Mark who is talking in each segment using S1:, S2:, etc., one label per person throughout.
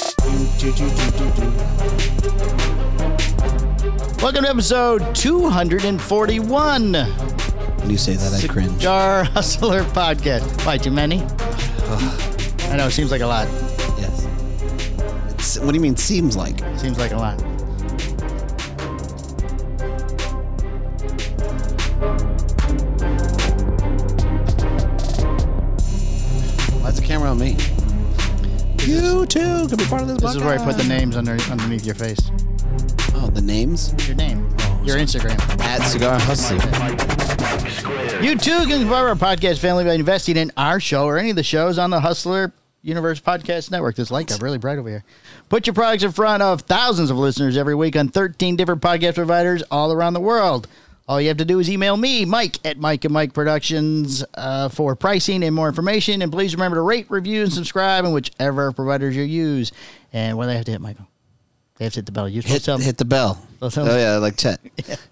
S1: do, do, do, do, do.
S2: Welcome to episode 241
S3: When you say that, I cringe.
S2: Cigar Hustler Podcast. Why, too many? I know, it seems like a lot.
S3: Yes. It's, what do you mean? Seems like
S2: Seems like a lot.
S3: why's the camera on me? You too could be part of this.
S2: This is where I put the names under, underneath your face.
S3: Oh, the names
S2: Your name, your Instagram.
S3: at Cigar Hustle.
S2: You too can be part of our podcast family by investing in our show or any of the shows on the Hustler Universe Podcast Network. This light got really bright over here. Put your products in front of thousands of listeners every week on 13 different podcast providers all around the world. All you have to do is email me, Mike, at Mike and Mike Productions uh, for pricing and more information. And please remember to rate, review, and subscribe on whichever providers you use. And when they have to hit Michael, they have to hit the bell. You
S3: Hit,
S2: tell them.
S3: hit the bell.
S2: Don't tell me.
S3: Oh yeah, like Chet.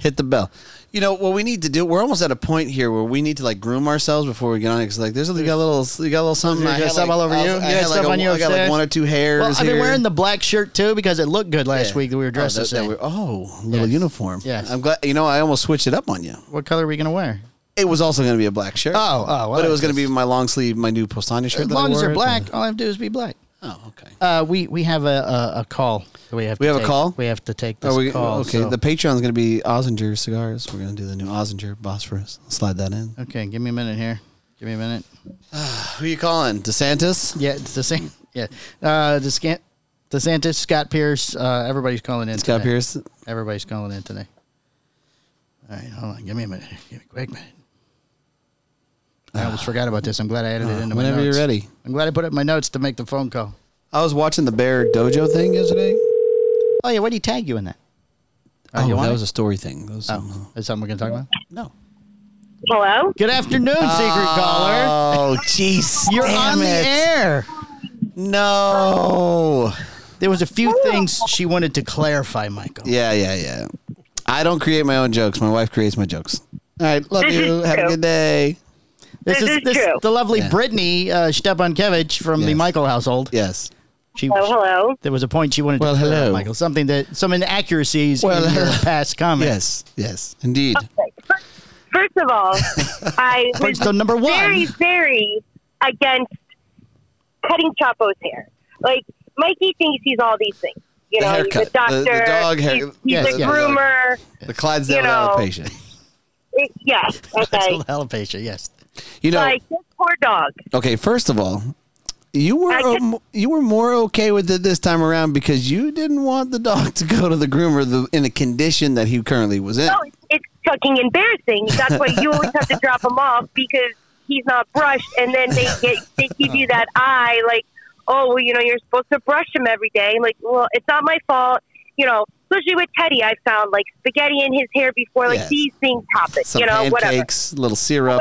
S3: Hit the bell. You know what we need to do? We're almost at a point here where we need to like groom ourselves before we get on it. Because like, there's you got a little, you got a little something.
S2: You
S3: I
S2: got
S3: had,
S2: something
S3: like-
S2: all over
S3: I was-
S2: you?
S3: I
S2: You got
S3: had, like,
S2: stuff
S3: a-
S2: on you
S3: I got like
S2: upstairs?
S3: one or two hairs.
S2: Well, I've been
S3: here.
S2: wearing the black shirt too because it looked good last
S3: Yeah.
S2: week that we were dressed
S3: oh,
S2: the
S3: that- that
S2: same.
S3: we- oh, little
S2: Yes.
S3: uniform.
S2: Yes.
S3: I'm glad. You know, I almost switched it up on you.
S2: What color are we gonna wear?
S3: It was also going to be a black shirt.
S2: Oh, oh, well,
S3: but it was
S2: that's-
S3: going to be my long sleeve, my new Postania shirt.
S2: As
S3: that I
S2: long as they're
S3: wore.
S2: black, all I have to do is be black.
S3: Oh, okay.
S2: Uh, we we have a, a, a call. that We have
S3: We
S2: to
S3: have a
S2: take.
S3: call?
S2: We have to take this
S3: Are we
S2: call.
S3: okay?
S2: so-
S3: The Patreon's going to be Ozinger cigars. We're going to do the new Ozinger Bosphorus. Slide that in.
S2: okay, give me a minute here. Give me a minute.
S3: Who you calling? DeSantis.
S2: Yeah, it's the same. Yeah, uh, Descant, DeSantis, Scott Pierce. Uh, everybody's calling in.
S3: Scott
S2: today.
S3: Pierce.
S2: Everybody's calling in today. All right, hold on. Give me a minute. here. Give me a quick minute. I almost forgot about this. I'm glad I added it into my
S3: Uh, Whenever you're
S2: notes.
S3: ready.
S2: I'm glad I put it in my notes to make the phone call.
S3: I was watching the Bear Dojo thing yesterday.
S2: Oh yeah, why did he tag you in that? Are
S3: oh,
S2: you on
S3: that
S2: it?
S3: was a story thing. That was
S2: oh,
S3: some- uh,
S2: is something we're gonna talk about?
S3: no.
S4: Hello?
S2: Good afternoon, secret caller.
S3: Oh, jeez.
S2: You're
S3: Uh, damn
S2: on the
S3: it.
S2: air.
S3: No.
S2: There was a few things she wanted to clarify, Michael.
S3: Yeah, yeah, yeah. I don't create my own jokes. My wife creates my jokes. All right, love you. Have a good day.
S2: This,
S4: This
S2: is
S4: is
S2: this
S4: true.
S2: the lovely
S3: Yeah.
S2: Brittany uh, Stepankevich from the
S3: Yes.
S2: Michael household.
S3: Yes.
S2: She
S4: Oh, hello.
S2: there was a point she wanted
S3: Well,
S2: to clear up,
S3: hello.
S2: Michael. Something that some inaccuracies
S3: Well,
S2: in your
S3: hello.
S2: past comments.
S3: Yes. Yes. Indeed.
S4: First of all, I was
S2: First, the number one.
S4: very, very against cutting Chapo's hair. Like, Mikey thinks he's all these things. You
S3: The
S4: know,
S3: haircut.
S4: he's a doctor,
S3: The- the dog hair-
S4: he's, he's
S2: Yes,
S4: a
S2: yes.
S4: groomer.
S3: The Clydesdale
S4: You know.
S3: patient.
S4: It- Yes, okay.
S2: Facial alopecia, yes.
S3: You know.
S4: Like, this poor dog.
S3: okay. First of all, you were
S4: I could-
S3: um, you were more okay with it this time around because you didn't want the dog to go to the groomer the, in the condition that he currently was in.
S4: Oh, it's, it's fucking embarrassing. That's why you always have to drop him off because he's not brushed, and then they get they give you that eye like, oh, well, you know, you're supposed to brush him every day. Like, well, it's not my fault, you know. Especially with Teddy, I found like spaghetti in his hair before. Like
S3: Yes.
S4: these things happen,
S3: Some
S4: you know. Whatever.
S3: pancakes, a little syrup.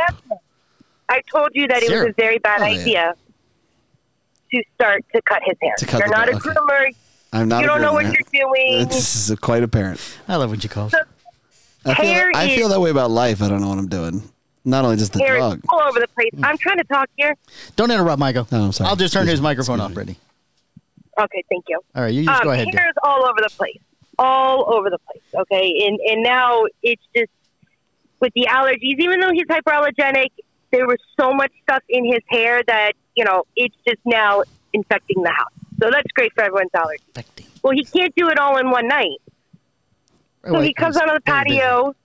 S4: I told you that it was
S2: Syrup.
S4: a very bad
S3: Oh, yeah.
S4: idea to start to cut his hair.
S3: To cut
S4: you're
S3: the
S4: not
S3: hair,
S4: a
S3: okay.
S4: groomer.
S3: I'm not.
S4: You
S3: a
S4: don't know what
S3: groomer.
S4: you're doing.
S3: This is quite apparent.
S2: I love when she calls.
S4: So-
S3: I feel,
S4: Hair
S3: I feel
S4: is-
S3: that way about life. I don't know what I'm doing. Not only just the
S4: Hair is
S3: dog.
S4: all over the place. I'm trying to talk here.
S2: Don't interrupt, Michael.
S3: No, I'm sorry.
S2: I'll just turn
S3: Excuse
S2: his
S3: me.
S2: microphone
S3: Excuse
S2: off,
S3: me.
S2: Brittany.
S4: Okay, thank you.
S2: All right, you just
S4: um,
S2: go ahead. dear.
S4: Hair's all over the place, all over the place. Okay, and and now it's just with the allergies. Even though he's hyperallergenic, there was so much stuff in his hair that you know it's just now infecting the house. So that's great for everyone's allergies.
S2: Infecting.
S4: Well, he can't do it all in one night, so
S2: Oh,
S4: he
S2: wait,
S4: comes
S2: he's
S4: out on the
S2: very busy.
S4: patio.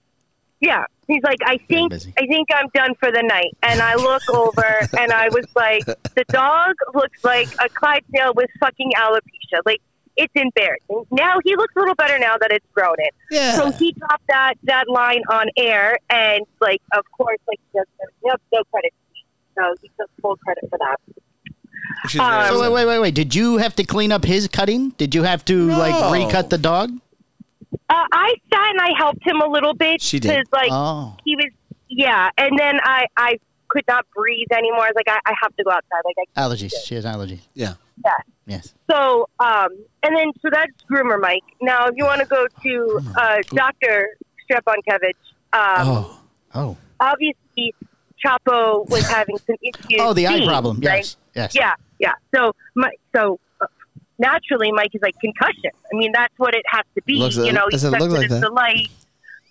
S4: Yeah, he's like, I think
S2: busy.
S4: I think I'm done for the night, and I look over, and I was like, the dog looks like a Clydesdale with fucking alopecia. Like it's embarrassing. Now he looks a little better now that it's grown in.
S3: Yeah.
S4: So he dropped that that line on air, and like, of course, like he does everything else, no credit. to me. So he took full credit for that.
S3: She's
S4: Um,
S3: very
S2: So wait, wait, wait, wait. Did you have to clean up his cutting? Did you have to like
S3: No.
S2: recut the dog?
S4: Uh, I sat and I helped him a little bit
S3: She did.
S4: like
S2: oh,
S4: he was, yeah. And then I I could not breathe anymore. I was like, I, I have to go outside. Like I
S2: allergies. She has allergies.
S3: Yeah.
S4: Yeah.
S2: Yes.
S4: So, um, and then so that's groomer Mike. Now, if you want to go to uh, Doctor Strepankevich, um,
S3: oh,
S2: Oh.
S4: obviously Chapo was having some issues.
S2: Oh, the eye
S4: seeing,
S2: problem.
S4: right?
S2: Yes. Yes.
S4: Yeah, yeah. So, my, so uh, naturally, Mike is like concussion. I mean, that's what it has to be.
S3: Looks-
S4: you know,
S3: it doesn't
S4: except
S3: look like
S4: it's
S3: that.
S4: the light.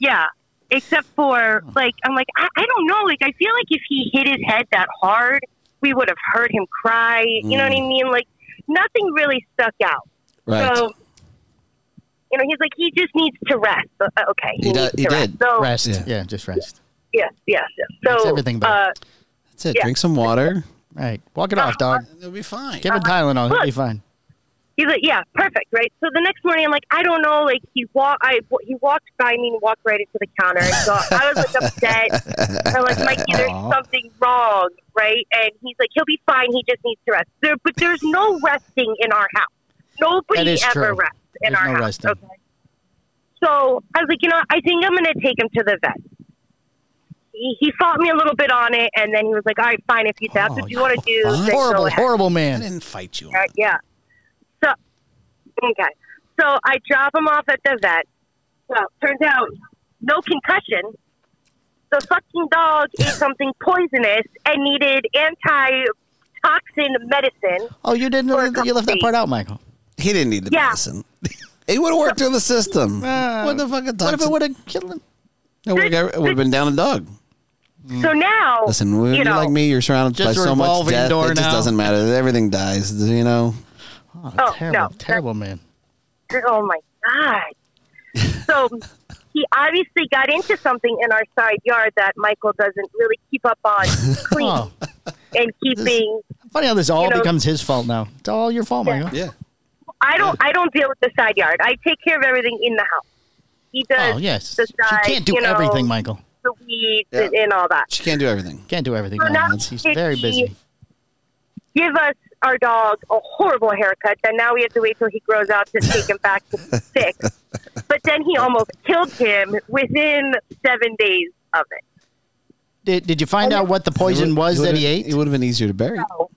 S4: Yeah. Except for like, I'm like, I, I don't know. Like, I feel like if he hit his head that hard, we would have heard him cry. You know what I mean? Like, nothing really stuck out.
S3: Mm. Right.
S4: So, you know, he's like, he just needs to rest. Uh, okay,
S3: He do-
S4: needs
S3: he
S4: to rest.
S3: did.
S4: So,
S2: Rest. Yeah.
S3: Yeah.
S2: just rest.
S4: yes, yes, yes. So
S2: Makes everything better.
S4: Uh,
S3: That's it.
S4: yeah.
S3: Drink some water.
S2: Right. Walk
S4: Uh-huh.
S2: it off, dog.
S3: And it'll be fine.
S2: Give him Tylenol. He'll be fine.
S4: He's like, yeah, perfect, right? So the next morning, I'm like, I don't know, like he walked, I he walked by me and walked right into the counter. So I was like upset. I'm like, Mikey, there's
S2: Aw.
S4: something wrong, right? And he's like, he'll be fine. He just needs to rest. There, but there's no resting in our house.
S2: That
S4: Nobody
S2: is
S4: ever
S2: true.
S4: rests
S2: There's
S4: in our
S2: no
S4: house.
S2: resting.
S4: Okay. So I was like, you know, I think I'm gonna take him to the vet. He, he fought me a little bit on it, and then he was like, all right, fine. If you that's
S3: Oh,
S4: what you want to do, then go
S2: Horrible,
S4: ahead.
S2: horrible
S3: I
S2: man.
S3: didn't fight you.
S4: Uh, yeah. So, okay. So I drop him off at the vet. Well, turns out no concussion. The fucking dog ate something poisonous and needed antitoxin medicine.
S2: Oh, you didn't.
S4: Or a
S2: You left that
S4: complete.
S2: part out, Michael.
S3: He didn't need the
S4: Yeah.
S3: medicine. he would have worked through the system.
S2: Uh,
S3: what the fucking
S2: What if it
S3: toxin-
S2: would have killed him?
S3: It would have been down a dog.
S4: So now,
S3: Mm. Listen, when
S4: you
S3: you're
S4: know,
S3: like me, you're surrounded
S2: Just
S3: by
S2: a
S3: so much
S2: revolving
S3: death.
S2: door
S3: it just
S2: now.
S3: doesn't matter. Everything dies. You know.
S2: Oh,
S4: Oh,
S2: terrible,
S4: no.
S2: terrible man.
S4: oh my god. So he obviously got into something in our side yard that Michael doesn't really keep up on clean
S2: Oh,
S4: and keeping
S2: funny how this all
S4: You know-
S2: becomes his fault now. It's all your fault,
S4: Yeah.
S2: Michael.
S3: Yeah.
S4: I don't. I don't deal with the side yard. I take care of everything in the house. He does.
S2: Oh, yes.
S4: The
S2: you
S4: side,
S2: can't do
S4: you know,
S2: everything, Michael.
S4: The weeds
S3: Yeah.
S4: and, and all that.
S3: She can't do everything.
S2: Can't do everything.
S4: So
S2: no,
S4: now
S2: it's- he's very
S4: he-
S2: busy.
S4: Give us our dog a horrible haircut. That now we have to wait till he grows out to take him back to six. But then he almost killed him within seven days of it.
S2: Did, did you find out what the
S3: It
S2: poison
S3: would-
S2: was
S3: it
S2: that
S3: would've-
S2: he ate?
S3: It would have been easier to bury.
S4: So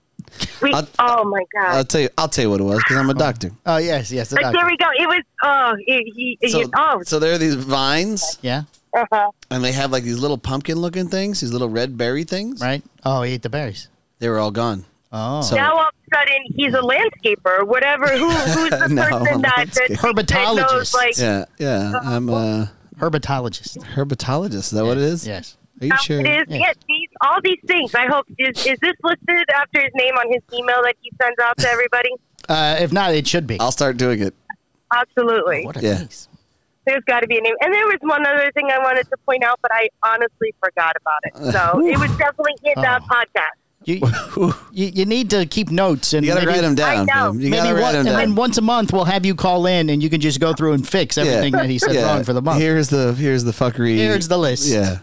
S4: we.
S3: I'll-
S4: oh my
S3: I'll
S4: god.
S3: tell you. I'll tell you what it was because I'm a doctor.
S2: Oh, yes, yes. The
S4: But there
S2: doctor.
S4: we go. It was. Oh, it, he. he-
S3: So,
S4: oh.
S3: so there are these vines,
S2: Yeah,
S4: uh-huh.
S3: and they have like these little pumpkin-looking things, these little red berry things.
S2: right? Oh, he ate the berries.
S3: They were all gone.
S2: Oh.
S3: So-
S4: now all of a sudden he's a landscaper, whatever. Who, who's the
S3: No,
S4: person that, that,
S2: landscape.
S4: that knows
S2: Herpetologist.
S4: like
S3: Yeah, yeah. I'm a
S2: Herpetologist. Is
S3: herpetologist. Is that what it is?
S2: Yes.
S3: Are you
S4: how
S3: sure?
S4: it is?
S2: Yeah.
S4: Yes, Um, these all these things. I hope is is this listed after his name on his email that he sends out to everybody?
S2: Uh, if not, it should be.
S3: I'll start doing it.
S4: Absolutely.
S2: What a
S3: Oh, Yeah.
S2: piece.
S4: There's got to be a name. And there was one other thing I wanted to point out, but I honestly forgot about it. So it was definitely in that
S2: Oh.
S4: podcast.
S2: You, you you need to keep notes and
S3: You gotta
S2: maybe,
S3: write them down.
S4: I know.
S3: babe. You
S2: maybe
S3: gotta write
S2: one,
S3: them
S2: and then
S3: down.
S2: once a month we'll have you call in and you can just go through and fix everything that he said
S3: Yeah.
S2: wrong for the month.
S3: Here's the here's the fuckery.
S2: Here's the list.
S3: Yeah.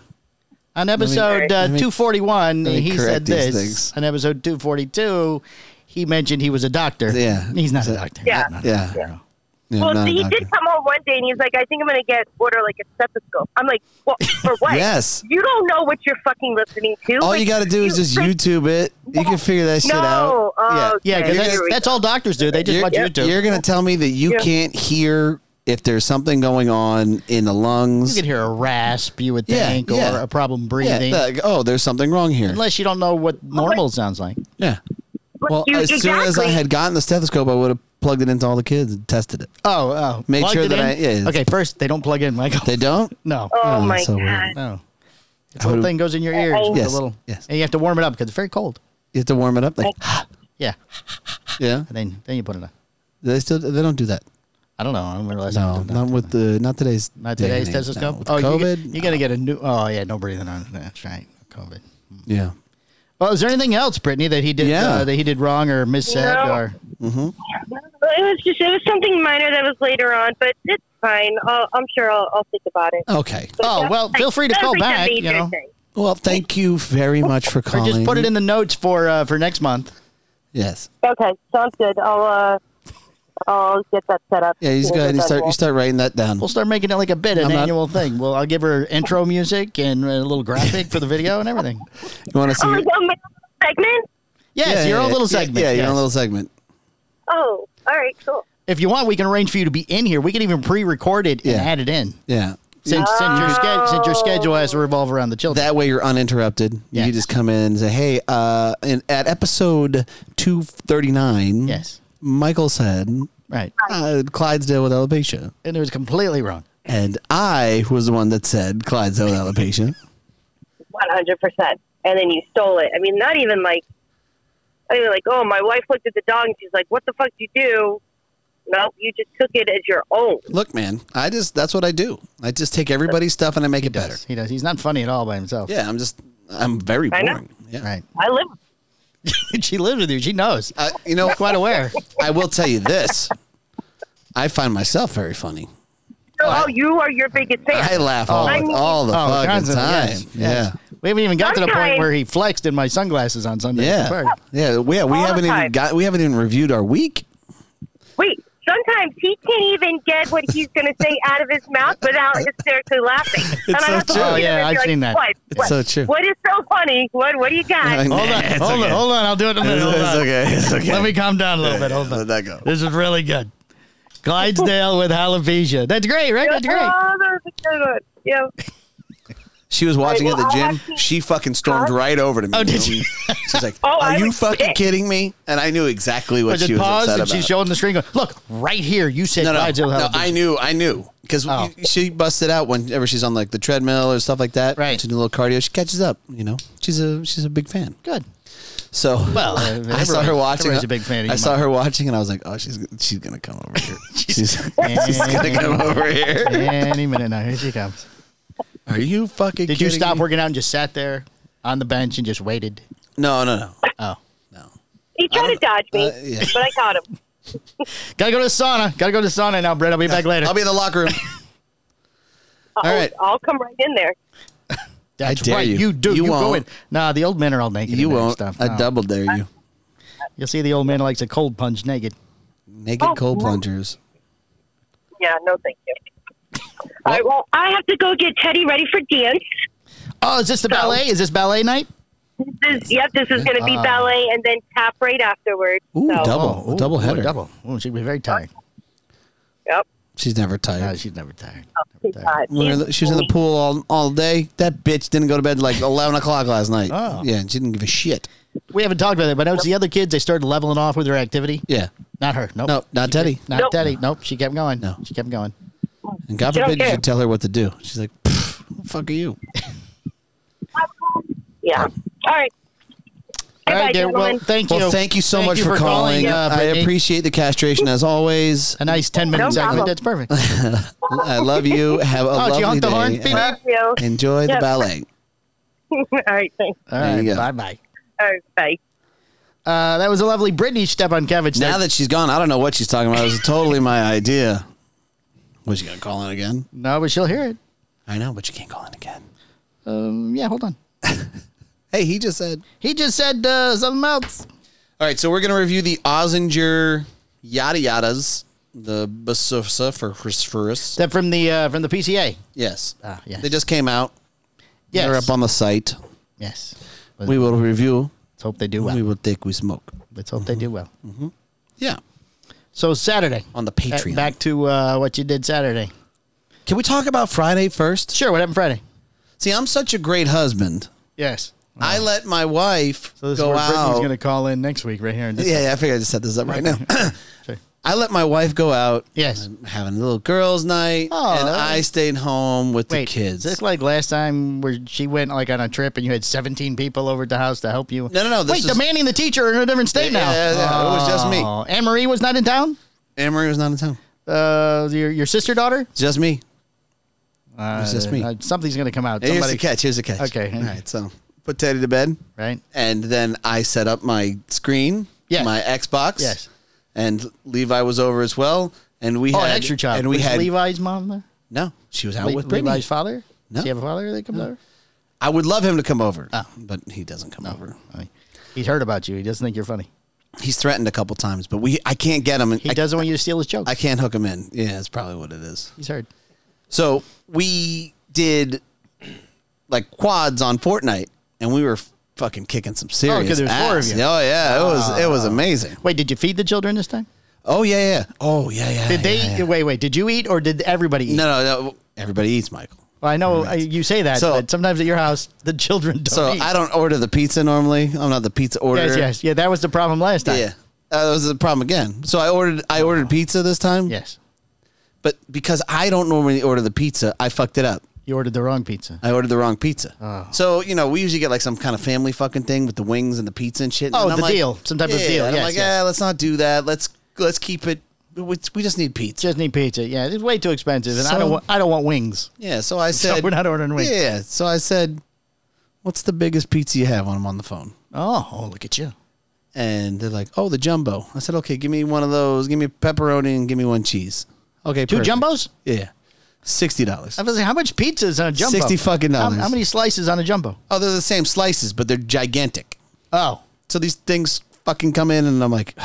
S2: On episode uh,
S3: me-
S2: 241,
S3: me
S2: he
S3: correct
S2: said
S3: these
S2: this.
S3: things.
S2: On episode 242, he mentioned he was a doctor.
S3: Yeah.
S2: He's not a
S3: So-
S2: doctor.
S4: Yeah.
S2: No, no, no,
S3: Yeah.
S2: no, no.
S3: Yeah,
S4: well,
S3: I'm not
S4: see,
S3: a
S4: he
S3: doctor.
S4: did come home one day and he's like, I think I'm going to get order like a stethoscope. I'm like, well, for what?
S3: Yes.
S4: You don't know what you're fucking listening to.
S3: All
S4: Like,
S3: you got to do is just
S4: like,
S3: YouTube it. You can figure that shit
S4: No.
S3: out.
S4: Oh,
S2: Yeah, because
S4: Okay,
S2: that's,
S4: here we
S2: that's all doctors do. They just
S3: You're,
S2: watch YouTube.
S3: you're gonna tell me that you
S4: Yeah.
S3: can't hear if there's something going on in the lungs.
S2: you could hear a rasp, you would
S3: Yeah,
S2: think, or
S3: yeah.
S2: a problem
S3: yeah,
S2: breathing.
S3: like, oh, there's something wrong here.
S2: Unless you don't know what normal sounds like.
S3: yeah.
S4: But
S3: Well,
S4: you-
S3: as soon as I
S4: exactly.
S3: had gotten the stethoscope, I would have plugged it into all the kids and tested it.
S2: Oh, oh.
S3: Make
S2: Plugged
S3: sure
S2: it
S3: that
S2: in?
S3: I- yeah.
S2: Okay, first, they don't plug in, Michael.
S3: They don't.
S2: no.
S4: Oh,
S3: Oh,
S4: my
S3: so weird.
S4: god!
S2: No. The
S3: I
S2: whole
S3: would've-
S2: thing goes in your ears. with a
S3: Yes,
S2: little-
S3: yes.
S2: And you have to warm it up because it's very cold.
S3: You have to warm it up. Like,
S2: Yeah.
S3: yeah.
S2: And then, then you put it on.
S3: They still they don't do that.
S2: I don't know. I don't remember the last time.
S3: No,
S2: I've done that.
S3: not with the not today's
S2: Not
S3: day
S2: today's
S3: and age, no.
S2: stethoscope.
S3: With
S2: oh,
S3: COVID.
S2: You, are gonna get a new. Oh yeah, no breathing on. That's right. COVID.
S3: yeah.
S2: Well, is there anything else, Brittany, that he did
S3: Yeah.
S2: uh, that he did wrong or missaid
S4: No.
S2: or
S3: Mm-hmm.
S4: It was just it was something minor that was later on, but it's fine. I'll, I'm sure I'll, I'll think about it.
S3: Okay.
S4: But
S2: Oh,
S4: that's
S2: well, feel free to
S4: that's
S2: call
S4: like the
S2: back, you
S4: major
S2: know.
S4: thing.
S3: Well, thank you very much for
S2: or
S3: calling.
S2: just put it in the notes for uh, for next month?
S3: Yes.
S4: Okay, sounds good. I'll uh, I'll get that set up.
S3: Yeah. You just go ahead and you start. You start writing that down.
S2: We'll start making it like a bit an
S3: I'm not-
S2: annual thing. Well, I'll give her intro music and a little graphic for the video and everything.
S3: You want to see?
S4: Oh,
S3: your-
S4: like a ma- segment.
S2: Yes,
S3: Yeah,
S2: your
S3: yeah,
S2: own
S3: yeah.
S2: little
S3: Yeah,
S2: segment.
S3: Yeah, your
S2: yes.
S3: own little segment.
S4: Oh, all right, cool.
S2: If you want, we can arrange for you to be in here. We can even pre-record it and
S3: Yeah.
S2: add it in.
S3: Yeah.
S2: Since, since your schedule since your schedule has to revolve around the children.
S3: That way you're uninterrupted. You
S2: Yeah.
S3: can just come in and say, "Hey, uh, in, at episode 239,
S2: yes.
S3: Michael said,
S2: Right.
S3: uh, Clydesdale with alopecia.
S2: And it was completely wrong.
S3: And I was the one that said Clydesdale with alopecia.
S4: one hundred percent. And then you stole it. I mean, not even like, I mean, like, oh, my wife looked at the dog and she's like, "What the fuck did you do?" No, you just took it as your own.
S3: Look, man, I just, that's what I do. I just take everybody's stuff and I make it better.
S2: He does. He's not funny at all by himself.
S3: Yeah, I'm just, I'm very
S4: I know.
S3: boring. Yeah.
S2: Right.
S4: I live.
S2: she lives with you. She knows.
S3: I, you know,
S2: Quite aware.
S3: I will tell you this. I find myself very funny.
S4: So, oh, you are your biggest fan.
S3: I laugh all,
S4: I mean-
S3: all the fucking
S2: Oh, constantly,
S3: time.
S2: yes,
S3: Yeah.
S2: yes. We haven't even got to the point
S4: Sometimes-
S2: where he flexed in my sunglasses on Sunday. at the
S3: Yeah.
S2: park.
S3: Yeah. We, yeah, we
S4: All the
S3: haven't even
S4: time.
S3: got, we haven't even reviewed our week.
S4: Wait, sometimes he can't even get what he's going to say out of his mouth without hysterically laughing. and
S3: so
S4: have to
S3: true.
S4: look at
S3: Oh,
S4: him
S2: yeah,
S4: and be
S2: I've
S4: like,
S2: seen that.
S4: What?
S3: It's
S4: what?
S3: so true.
S4: What is so funny? What? What do you got?
S3: Like,
S2: Hold
S3: nah,
S2: on.
S3: it's
S2: hold on.
S3: okay.
S2: Hold on. I'll do it in a minute. Hold
S3: It's
S2: on.
S3: okay. It's okay.
S2: Let me calm down a little bit. Hold
S3: Let
S2: on.
S3: that go.
S2: This is really good. Clydesdale with alopecia. That's great, right? That's great.
S4: Oh, that was a good one. Yeah.
S3: She was watching
S4: Right,
S3: at the
S4: well, I'll
S3: gym.
S4: have to-
S3: She fucking stormed right over to me.
S2: Oh, did
S3: you know? She's like,
S4: Oh,
S3: "Are
S4: I
S3: you
S4: was
S3: fucking
S4: sick.
S3: kidding me?" And I knew exactly
S2: I
S3: what she
S2: just
S3: was
S2: paused
S3: upset
S2: and
S3: about.
S2: she's showing the screen going, look, right here, you said
S3: no, no,
S2: Clydesdale with
S3: no,
S2: alopecia.
S3: I knew, I knew, because
S2: Oh.
S3: she busted out whenever she's on like the treadmill or stuff like that.
S2: Right.
S3: to do a little cardio. She catches up. You know, she's a she's a big fan.
S2: Good.
S3: So
S2: Well, uh,
S3: I saw her
S2: everybody-
S3: watching.
S2: everybody's a big fan of you,
S3: I saw
S2: Mike.
S3: her watching, and I was like, "Oh, she's she's gonna come over here. she's, she's gonna
S2: And-
S3: come over here."
S2: Any minute now. Here she comes.
S3: Are you fucking?
S2: Did you
S3: kidding
S2: stop
S3: me?
S2: working out and just sat there on the bench and just waited?
S3: No, no, no.
S2: Oh.
S4: He tried to dodge me,
S3: uh, yeah.
S4: but I caught him.
S2: Gotta go to the sauna. Gotta go to the sauna now, Brett. I'll be back later.
S3: I'll be in the locker room.
S4: I'll,
S3: right.
S4: I'll come right in there.
S2: That's
S3: I dare
S2: right.
S3: you.
S2: You, do.
S3: You
S2: You, go in.
S3: won't.
S2: Nah, the old men are all naked.
S3: You
S2: in there and
S3: won't.
S2: Stuff.
S3: I
S2: No.
S3: double dare you.
S2: You'll see the old man likes a cold punch naked.
S3: Naked
S4: Oh,
S3: cold
S4: no.
S3: plungers.
S4: Yeah, no, thank you. All right, well, I have to go get Teddy ready for dance.
S2: Oh, is this the
S4: So-
S2: ballet? Is this ballet night?
S4: This, yep, this is going to be
S2: Ah.
S4: ballet and then tap right afterwards.
S3: Uh, Ooh,
S4: so,
S3: double.
S2: ooh,
S3: double
S2: Oh, ooh,
S3: header.
S2: double. Ooh, she'd be very tired.
S4: Yep.
S3: She's never
S2: No,
S3: tired.
S2: she's never tired.
S4: he's hot.
S3: We were in the- she was in the pool all, all day. That bitch didn't go to bed like 11 o'clock last night.
S2: Oh.
S3: Yeah, and she didn't give a shit.
S2: We haven't talked about that, but I noticed the other kids, they started leveling off with their activity.
S3: Yeah.
S2: Not her. Nope.
S3: No, not Teddy.
S2: Not
S4: Nope.
S2: Teddy. Nope. She kept going.
S3: No.
S2: She kept going.
S3: And God
S4: She don't
S3: forbid you
S4: care.
S3: should tell her what to do. She's like, "Pff, who the fuck are you?
S4: Yeah. All right.
S2: All
S4: Goodbye,
S2: right, dear.
S4: gentlemen.
S2: Well, thank you.
S3: Well, thank you so
S2: Thank
S3: much for, calling.
S2: uh,
S3: I
S2: Brittany.
S3: appreciate the castration as always.
S2: a nice 10 minute
S4: No
S2: segment.
S4: problem.
S2: That's perfect.
S3: I love you. Have a
S2: Oh, did you
S3: lovely
S2: honk the horn,
S3: day.
S2: Peanut?
S4: Thank you.
S3: and Enjoy the
S4: Yep.
S3: ballet.
S4: All right, thanks.
S2: All
S3: There
S2: right.
S3: you go.
S2: Bye bye.
S4: All right, bye.
S2: Uh, that was a lovely Brittany Stepankevich.
S3: Now
S2: there.
S3: that she's gone, I don't know what she's talking about. It was totally my idea. Was she gonna call in again?
S2: no, but she'll hear it.
S3: I know, but you can't call in again.
S2: Um, yeah, hold on.
S3: Hey, he just said.
S2: He just said uh, something else.
S3: All right, so we're gonna review the Ozinger yada yadas, the Basusa for Chrisphorus.
S2: That from the uh, from the PCA.
S3: Yes,
S2: Ah, yes.
S3: they just came out.
S2: Yes.
S3: They're up on the site.
S2: Yes.
S3: We will review.
S2: Let's hope they do
S3: We
S2: well.
S3: will take we smoke.
S2: Let's hope they do well.
S3: Yeah,
S2: So Saturday.
S3: on the
S2: Ba-
S3: Patreon.
S2: Back to uh, what you did Saturday.
S3: Can we talk about Friday first?
S2: Sure. What happened Friday?
S3: See, I'm such a great husband.
S2: Yes.
S3: I let my wife
S2: Oh. So this
S3: go
S2: is where
S3: out.
S2: Brittany's going to call in next week, right here. And just,
S3: yeah, yeah, I figured I just set this up right now. I let my wife go out.
S2: Yes.
S3: I'm having a little girls' night,
S2: Oh,
S3: and
S2: that-
S3: I stayed home with
S2: Wait,
S3: the kids.
S2: Is this like last time where she went like on a trip and you had 17 people over at the house to help you?
S3: No, no, no, this
S2: Wait,
S3: is-
S2: the man and the teacher are in a different state
S3: Yeah,
S2: now.
S3: yeah, yeah, it was just me.
S2: Oh, Anne Marie was not in town?
S3: Anne Marie was not in town.
S2: Uh, your, your sister daughter?
S3: It's Just me.
S2: Uh,
S3: was just me.
S2: uh, something's going to come out.
S3: Here's
S2: Somebody,
S3: the catch. Here's the catch.
S2: Okay.
S3: All right. So put Teddy to bed,
S2: right?
S3: and then I set up my screen,
S2: Yes.
S3: my Xbox,
S2: Yes.
S3: and Levi was over as well, and we
S2: Oh,
S3: had
S2: an extra child.
S3: and we
S2: Was
S3: had
S2: Levi's mom there?
S3: no. She was out
S2: Le-
S3: with Brittany.
S2: Levi's father?
S3: No.
S2: Does he have a father that comes over?
S3: I would love him to come over,
S2: Oh.
S3: but he doesn't come over.
S2: I mean, he's heard about you. He doesn't think you're funny.
S3: He's threatened a couple times, but we I can't get him. and
S2: He
S3: I,
S2: doesn't want you to steal his jokes.
S3: I can't hook him in. Yeah, that's probably what it is.
S2: he's heard.
S3: So we did like quads on Fortnite, and we were fucking kicking some serious
S2: Oh, 'cause there's four of
S3: ass.
S2: you. Ah.
S3: Oh yeah, it was it was amazing.
S2: Wait, did you feed the children this time?
S3: Oh yeah, yeah. Oh yeah, yeah.
S2: Did they?
S3: yeah, yeah.
S2: Wait, wait. Did you eat or did everybody eat?
S3: No, no, no. Everybody eats, Michael.
S2: Well, I know uh, you say that,
S3: So-
S2: but sometimes at your house the children don't
S3: So
S2: eat.
S3: I don't order the pizza normally. I'm not the pizza order.
S2: yes, yes, yeah. That was the problem last time.
S3: Yeah. Uh, that was the problem again. So I ordered I ordered pizza this time.
S2: Yes.
S3: But because I don't normally order the pizza, I fucked it up.
S2: You ordered the wrong pizza.
S3: I ordered the wrong pizza.
S2: Oh.
S3: So, you know, we usually get like some kind of family fucking thing with the wings and the pizza and shit. And
S2: Oh,
S3: I'm
S2: the
S3: like,
S2: deal. Some type of
S3: yeah.
S2: deal.
S3: And I'm
S2: Yes,
S3: like,
S2: yes.
S3: yeah, let's not do that. Let's let's keep it. We we just need pizza.
S2: Just need pizza. Yeah, it's way too expensive, and I don't
S3: So-
S2: want. I don't want wings.
S3: Yeah. So I said,
S2: we're not ordering wings.
S3: Yeah. So I said, what's the biggest pizza you have when I'm on the phone?
S2: Oh, oh, look at you.
S3: And they're like, oh, the jumbo. I said, okay, give me one of those. Give me a pepperoni and give me one cheese. Okay.
S2: Two
S3: perfect.
S2: jumbos.
S3: Yeah. Sixty dollars.
S2: I was like, how much pizza is on a jumbo?
S3: 60 fucking
S2: How- How,
S3: dollars.
S2: many slices on a jumbo?
S3: Oh, they're the same slices, but they're gigantic.
S2: Oh,
S3: So these things fucking come in, and I'm like,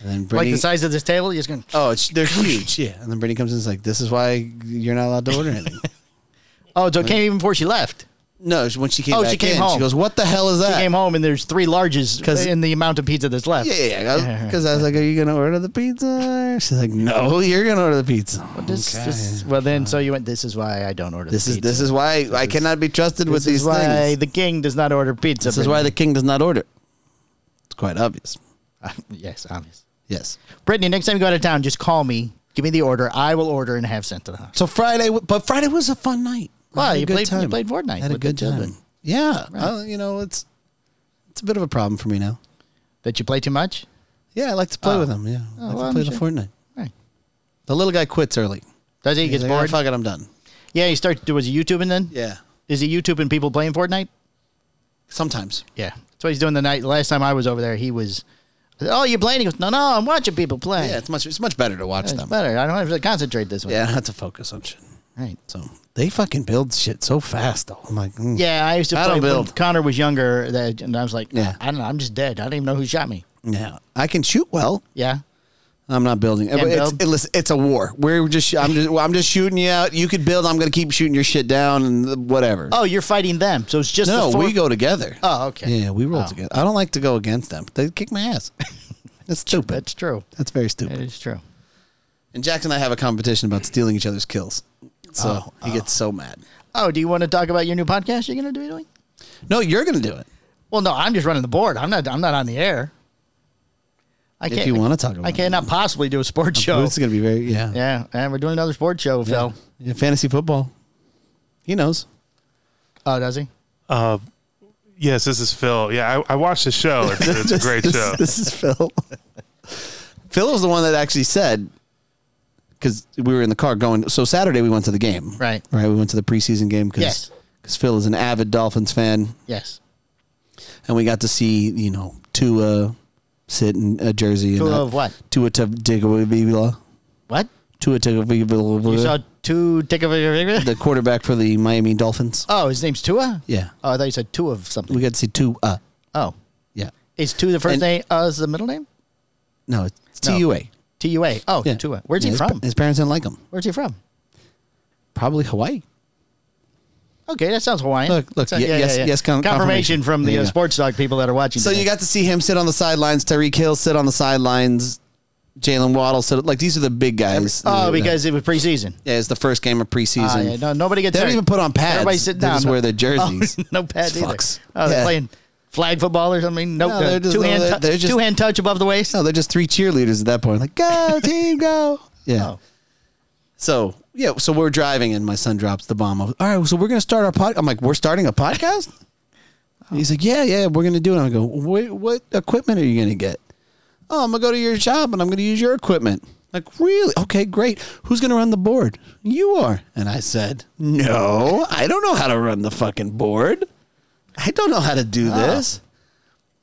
S3: and then
S2: like
S3: Brittany,
S2: the size of this table? You're just going.
S3: oh, it's, they're huge, yeah. And then Brittany comes in, and is like, this is why you're not allowed to order anything.
S2: Oh, so it came even before she left.
S3: no, she- when she came,
S2: Oh, she
S3: back
S2: came
S3: in,
S2: home.
S3: She goes, what the hell is
S2: She
S3: that?
S2: came home and there's three larges
S3: 'Cause-
S2: in the amount of pizza that's left.
S3: yeah, yeah, yeah. Because I was like, are you gonna order the pizza? She's like, no, you're gonna order the pizza.
S2: This,
S3: Okay.
S2: this- well, then, so you went. This is why I don't order.
S3: This
S2: the
S3: is
S2: pizza.
S3: this is why I cannot be trusted with
S2: This
S3: these
S2: is why
S3: things.
S2: the king does not order pizza.
S3: This is why the king does not order. It's quite obvious.
S2: yes, obvious.
S3: Yes.
S2: Brittany, next time you go out of town, just call me. Give me the order. I will order and have sent to the house.
S3: So Friday, w- but Friday was a fun night. I
S2: Wow,
S3: had a
S2: you
S3: good
S2: played- you played Fortnite
S3: Had a
S2: with the
S3: good
S2: children.
S3: time. Yeah, well, you know it's it's a bit of a problem for me now.
S2: That you play too much?
S3: Yeah, I like to play
S2: Oh.
S3: with them. Yeah,
S2: Oh,
S3: I like
S2: well,
S3: to
S2: I'm
S3: play the
S2: sure.
S3: Fortnite.
S2: Right.
S3: The little guy quits early.
S2: Does he?
S3: He's
S2: Gets
S3: like, "Ah,
S2: bored?
S3: fuck it, I'm done.
S2: Yeah, he starts. Was he YouTubing then?
S3: Yeah,
S2: Is he YouTubing people playing Fortnite?
S3: sometimes.
S2: Yeah, that's what he's doing the night. Last time I was over there, he was. Oh, you playing? He goes, no, no, I'm watching people play.
S3: Yeah, it's much it's much better to watch
S2: That's
S3: them.
S2: better. I don't have to concentrate this way.
S3: Yeah, I don't have to focus on shit.
S2: Right.
S3: So they fucking build shit so fast though. I'm like, mm.
S2: Yeah, I used to
S3: I
S2: play
S3: don't
S2: when
S3: build.
S2: Connor was younger, that, and I was like,
S3: Yeah.
S2: I don't know, I'm just dead. I don't even know who shot me.
S3: yeah, I can shoot well.
S2: Yeah.
S3: I'm not building.
S2: Can't
S3: it's,
S2: build?
S3: it- listen, it's a war. We're just I'm just I'm just shooting you out. You could build. I'm gonna keep shooting your shit down and whatever.
S2: Oh, you're fighting them, so it's just
S3: No,
S2: the four-
S3: we go together.
S2: Oh, okay.
S3: Yeah, we roll
S2: Oh.
S3: together. I don't like to go against them. They kick my ass. That's stupid. That's,
S2: That's true.
S3: very
S2: It
S3: stupid.
S2: is true.
S3: And Jackson and I have a competition about stealing each other's kills. So he gets so mad.
S2: Oh, do you want to talk about your new podcast you're going to be doing?
S3: No, you're gonna do it.
S2: Well, no, I'm just running the board. I'm not. I'm not on the air. I
S3: If
S2: can't.
S3: you wanna talk about
S2: I
S3: it.
S2: cannot possibly do a sports show.
S3: It's gonna be very yeah.
S2: Yeah, and we're doing another sports show, Phil.
S3: Yeah, fantasy football. He knows.
S2: Oh, does he?
S1: Yes, this is Phil. Yeah, I, I watched the show. It's, it's a great
S3: this,
S1: show.
S3: This is Phil. Phil was the one that actually said because we were in the car going. So Saturday we went to the game.
S2: Right.
S3: Right. We went to the preseason game because
S2: Yes.
S3: Phil is an avid Dolphins fan.
S2: Yes.
S3: and we got to see you know Tua sit in a jersey. and
S2: Tua
S3: that-
S2: of what?
S3: Tua Tagovailoa.
S2: What?
S3: Tua Tagovailoa.
S2: You saw two tick of
S3: the quarterback for the Miami Dolphins.
S2: Oh, his name's Tua.
S3: Yeah,
S2: Oh, I thought you said two of
S3: we
S2: something.
S3: got to see Tua.
S2: Oh,
S3: Yeah,
S2: is two the first
S3: And-
S2: name? Uh, is the middle name?
S3: no, it's
S2: No.
S3: Tua.
S2: T U A. Oh,
S3: Yeah.
S2: Tua. Where's
S3: Yeah,
S2: he
S3: his
S2: from?
S3: pa- His parents didn't like him.
S2: Where's he from?
S3: Probably Hawaii.
S2: Okay, that sounds Hawaiian.
S3: Look, look,
S2: So-
S3: ye- yes- yes, con-
S2: confirmation,
S3: confirmation.
S2: from the
S3: Yeah,
S2: uh,
S3: yeah.
S2: sports talk people that are watching.
S3: So
S2: today.
S3: you got to see him sit on the sidelines. Tyreek Hill sit on the sidelines. Jalen Waddle sit like these are the big guys.
S2: oh, because it was preseason.
S3: yeah, it's the first game of preseason.
S2: Ah, yeah, no, nobody gets.
S3: They don't
S2: hurt.
S3: even put on pads.
S2: Everybody sit
S3: They
S2: down.
S3: just wear their jerseys.
S2: Oh, no pads either.
S3: Fucks.
S2: Oh, they're
S3: Yeah.
S2: playing flag football or something. Nope.
S3: No,
S2: uh,
S3: they're just-
S2: two hand,
S3: they're-
S2: tou-
S3: they're just- Oh,
S2: two hand touch above the waist.
S3: No, they're just three cheerleaders at that point. Like, go team, go. Yeah.
S2: Oh.
S3: So yeah, so we're driving and my son drops the bomb of all right, so we're gonna start our podcast. I'm like, we're starting a podcast? He's like, Yeah, yeah, we're gonna do it. I go, Wait, what equipment are you gonna get? Oh, I'm gonna go to your shop and I'm gonna use your equipment. Like, really? Okay, great. Who's gonna run the board? You are. And I said, No, I don't know how to run the fucking board. I don't know how to
S2: Ah.
S3: do this.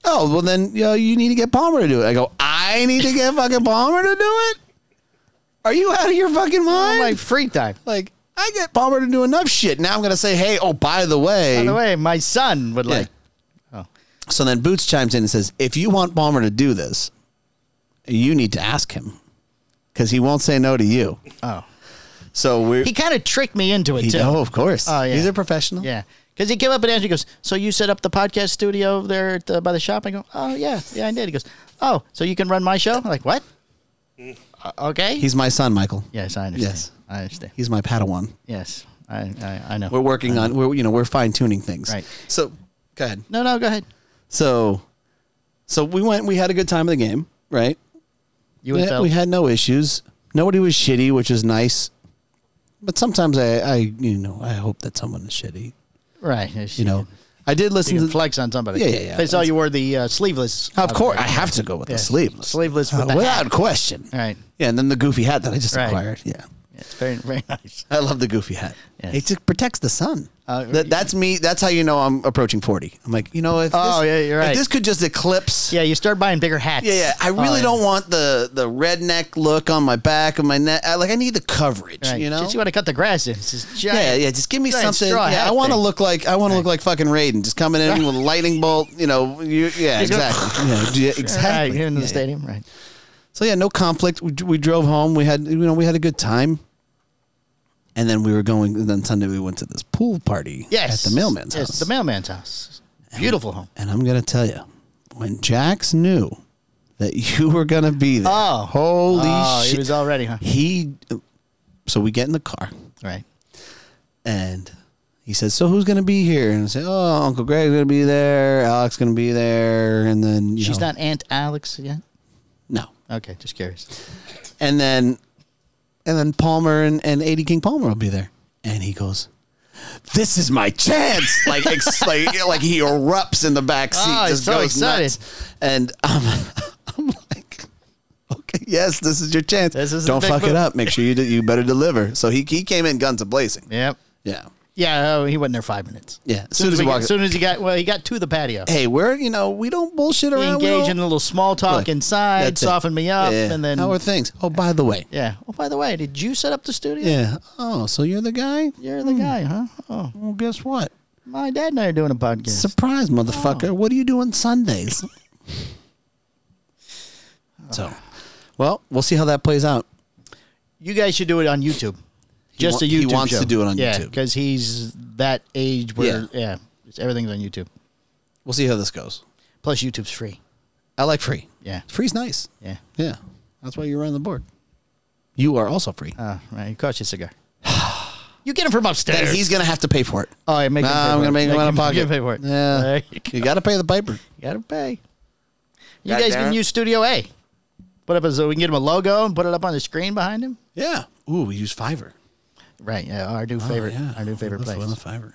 S3: Oh, well then you, know, you need to get Palmer to do it. I go, I need to get fucking Palmer to do it? Are you out of your fucking
S2: Oh,
S3: mind?
S2: my free time.
S3: Like, I get Palmer to do enough shit. Now I'm gonna say, hey, oh, by the way.
S2: By the way, my son would
S3: Yeah.
S2: like. oh.
S3: So then Boots chimes in and says, if you want Palmer to do this, you need to ask him. Because he won't say no to you.
S2: Oh,
S3: So we're
S2: he kind of tricked me into it
S3: he,
S2: too.
S3: oh, of course.
S2: Oh, yeah.
S3: He's a professional.
S2: Yeah, because he came up and asked me, he goes, "So you set up the podcast studio over there at the, by the shop?" I go, "Oh yeah, yeah, I did." He goes, "Oh, so you can run my show?" I'm like what? Uh, okay.
S3: He's my son, Michael.
S2: yes, I understand.
S3: Yes.
S2: I understand.
S3: He's my Padawan.
S2: Yes, I I, I know.
S3: We're working on we're you know, we're fine tuning things.
S2: Right.
S3: So go ahead.
S2: no, no, go ahead.
S3: So so we went, we had a good time of the game. right? Yeah,
S2: USL.
S3: we had no issues. Nobody was shitty, which is nice. But sometimes I, I, you know, I hope that someone is shitty.
S2: right.
S3: You know, I did listen
S2: you can
S3: to.
S2: flex on somebody.
S3: Yeah, yeah, yeah.
S2: They saw you wore the uh, sleeveless.
S3: Of course, I
S2: outfit.
S3: have to go with
S2: Yeah.
S3: the sleeveless,
S2: Sleeveless with
S3: Uh,
S2: the hat.
S3: without question.
S2: All right.
S3: Yeah, and then the goofy hat that I just
S2: Right.
S3: acquired. Yeah,
S2: Yeah, it's very, very nice.
S3: I love the goofy hat.
S2: Yes.
S3: It just protects the sun.
S2: Uh,
S3: That- that's me. That's how you know I'm approaching forty. I'm like, you know, if
S2: Oh,
S3: this,
S2: yeah, you're
S3: if
S2: right.
S3: this could just eclipse.
S2: Yeah, you start buying bigger hats.
S3: Yeah, yeah. I really
S2: Oh, yeah.
S3: don't want the the redneck look on my back of my neck. I, like, I need the coverage.
S2: Right.
S3: You know,
S2: Just you want to cut the grass in. It's just giant.
S3: Yeah, yeah. Just give me
S2: giant
S3: something.
S2: straw
S3: Yeah,
S2: hat
S3: I want to
S2: thing.
S3: look like I want to look like fucking Raiden, just coming in with a lightning bolt. You know, you, yeah,
S2: Just go-
S3: exactly. yeah, d- yeah,
S2: Right,
S3: exactly.
S2: here in the
S3: Yeah.
S2: stadium. Right.
S3: So yeah, no conflict. We, we drove home. We had you know we had a good time, and then we were going. And then Sunday we went to this pool party.
S2: Yes.
S3: at the mailman's
S2: yes,
S3: house.
S2: the mailman's house. Beautiful home.
S3: and I'm gonna tell you, when Jax knew that you were gonna be there,
S2: Oh.
S3: holy
S2: oh,
S3: shit!
S2: he was all ready, huh?
S3: he so we get in the car.
S2: Right.
S3: And he says, "So who's going to be here?" And I say, "Oh, Uncle Greg's going to be there. Alex going to be there." And then you
S2: She's
S3: know,
S2: not Aunt Alex yet?
S3: No.
S2: Okay, just curious.
S3: And then and then Palmer and and 80 King Palmer will be there. And he goes, "This is my chance!" Like ex- like, like he erupts in the back seat,
S2: Oh, he's
S3: just
S2: so
S3: goes
S2: excited.
S3: nuts. And I'm, I'm like. Okay, yes, this is your chance.
S2: This is a
S3: Don't
S2: big
S3: fuck
S2: move.
S3: it up. Make sure you do, you better deliver. So he, he came in guns a blazing.
S2: Yep.
S3: Yeah.
S2: Yeah, oh, he wasn't there five minutes.
S3: Yeah. As
S2: Soon as,
S3: he
S2: we-
S3: walked-
S2: as soon as he got, well, he got to the patio.
S3: hey, we're you know we don't bullshit
S2: He
S3: around. We
S2: engaged
S3: don't-
S2: in a little small talk
S3: Look,
S2: inside,
S3: that's it.
S2: softened me up,
S3: Yeah.
S2: and then.
S3: how are things? Oh, by the way,
S2: yeah. Oh, by the way, did you set up the studio?
S3: yeah. Hmm. Oh, so you're the guy?
S2: You're the guy, huh? Oh,
S3: Well, guess what?
S2: my dad and I are doing a podcast.
S3: Surprise, motherfucker!
S2: Oh.
S3: What do you do on Sundays? so, well, we'll see how that plays out.
S2: You guys should do it on YouTube. Just
S3: wa-
S2: a YouTube.
S3: he wants
S2: show.
S3: to do it on YouTube.
S2: because he's that age where yeah, it's, everything's on YouTube.
S3: We'll see how this goes.
S2: Plus, YouTube's free.
S3: I like free.
S2: Yeah,
S3: Free's nice.
S2: yeah.
S3: Yeah, that's why you're on the board. You are also free.
S2: Oh, right. It costs you a cigar. You get him from
S3: Then
S2: upstairs.
S3: he's gonna have to pay for it.
S2: oh, yeah, make
S3: Nah,
S2: him pay
S3: I'm
S2: for
S3: gonna
S2: it.
S3: make him out of pocket.
S2: Pay for it.
S3: Yeah.
S2: There you go.
S3: You got to pay the piper.
S2: You gotta pay. You
S5: Goddamn
S2: guys can
S5: it.
S2: use Studio A. Put up a, so we can get him a logo and put it up on the screen behind him.
S3: Yeah. Ooh, we use Fiverr.
S2: Right. Yeah. Our new
S3: Oh,
S2: favorite.
S3: yeah.
S2: Our new favorite
S3: Let's
S2: place.
S3: go on the Fiverr.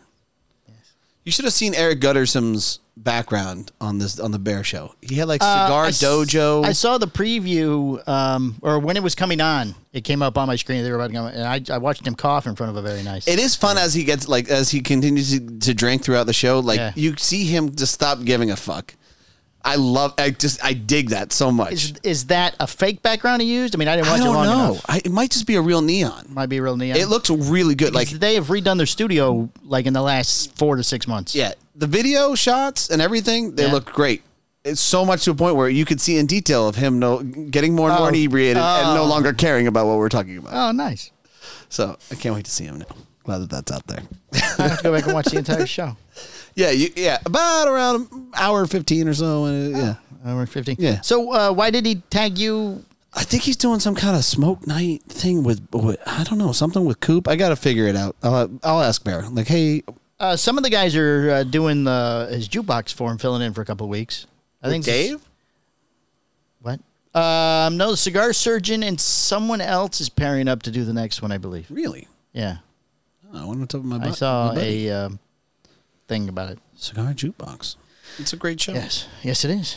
S3: You should have seen Eric Gutterson's background on this on the Bear Show. He had like
S2: Uh,
S3: cigar
S2: I s-
S3: dojo.
S2: I saw the preview, um, or when it was coming on, it came up on my screen. They were about to come, and I, I watched him cough in front of a very nice.
S3: it is fun as he gets like as he continues to, to drink throughout the show. Like
S2: Yeah.
S3: you see him just stop giving a fuck. I love. I just I dig that so much.
S2: Is is that a fake background he used? I mean, I didn't
S3: I
S2: watch it
S3: don't
S2: long
S3: know.
S2: enough.
S3: I, it might just be a real neon.
S2: Might be real neon.
S3: It looks really good. Like
S2: Because they have redone their studio like in the last four to six months.
S3: yeah, the video shots and everything they
S2: Yeah.
S3: look great. It's so much to a point where you could see in detail of him no getting more and more
S2: Oh.
S3: inebriated and no
S2: Oh.
S3: longer caring about what we're talking about.
S2: Oh, nice.
S3: So I can't wait to see him now. Glad that that's out there.
S2: I have to go back and watch the entire show.
S3: Yeah, you, yeah, about around an hour and fifteen or so. And uh, yeah,
S2: Hour fifteen.
S3: Yeah.
S2: So uh, why did he tag you?
S3: I think he's doing some kind of smoke night thing with, with I don't know something with Coop. I gotta figure it out. I'll I'll ask Bear. Like, hey,
S2: Uh, some of the guys are uh, doing the his jukebox for him, filling in for a couple of weeks. I think What? Um, no, the cigar surgeon and someone else is pairing up to do the next one, I believe.
S3: really?
S2: Yeah,
S3: Oh, I went on top of my.
S2: I
S3: bu- my
S2: saw
S3: buddy.
S2: a uh, um, thing about it.
S3: cigar jukebox. It's a great show.
S2: Yes, yes, it is.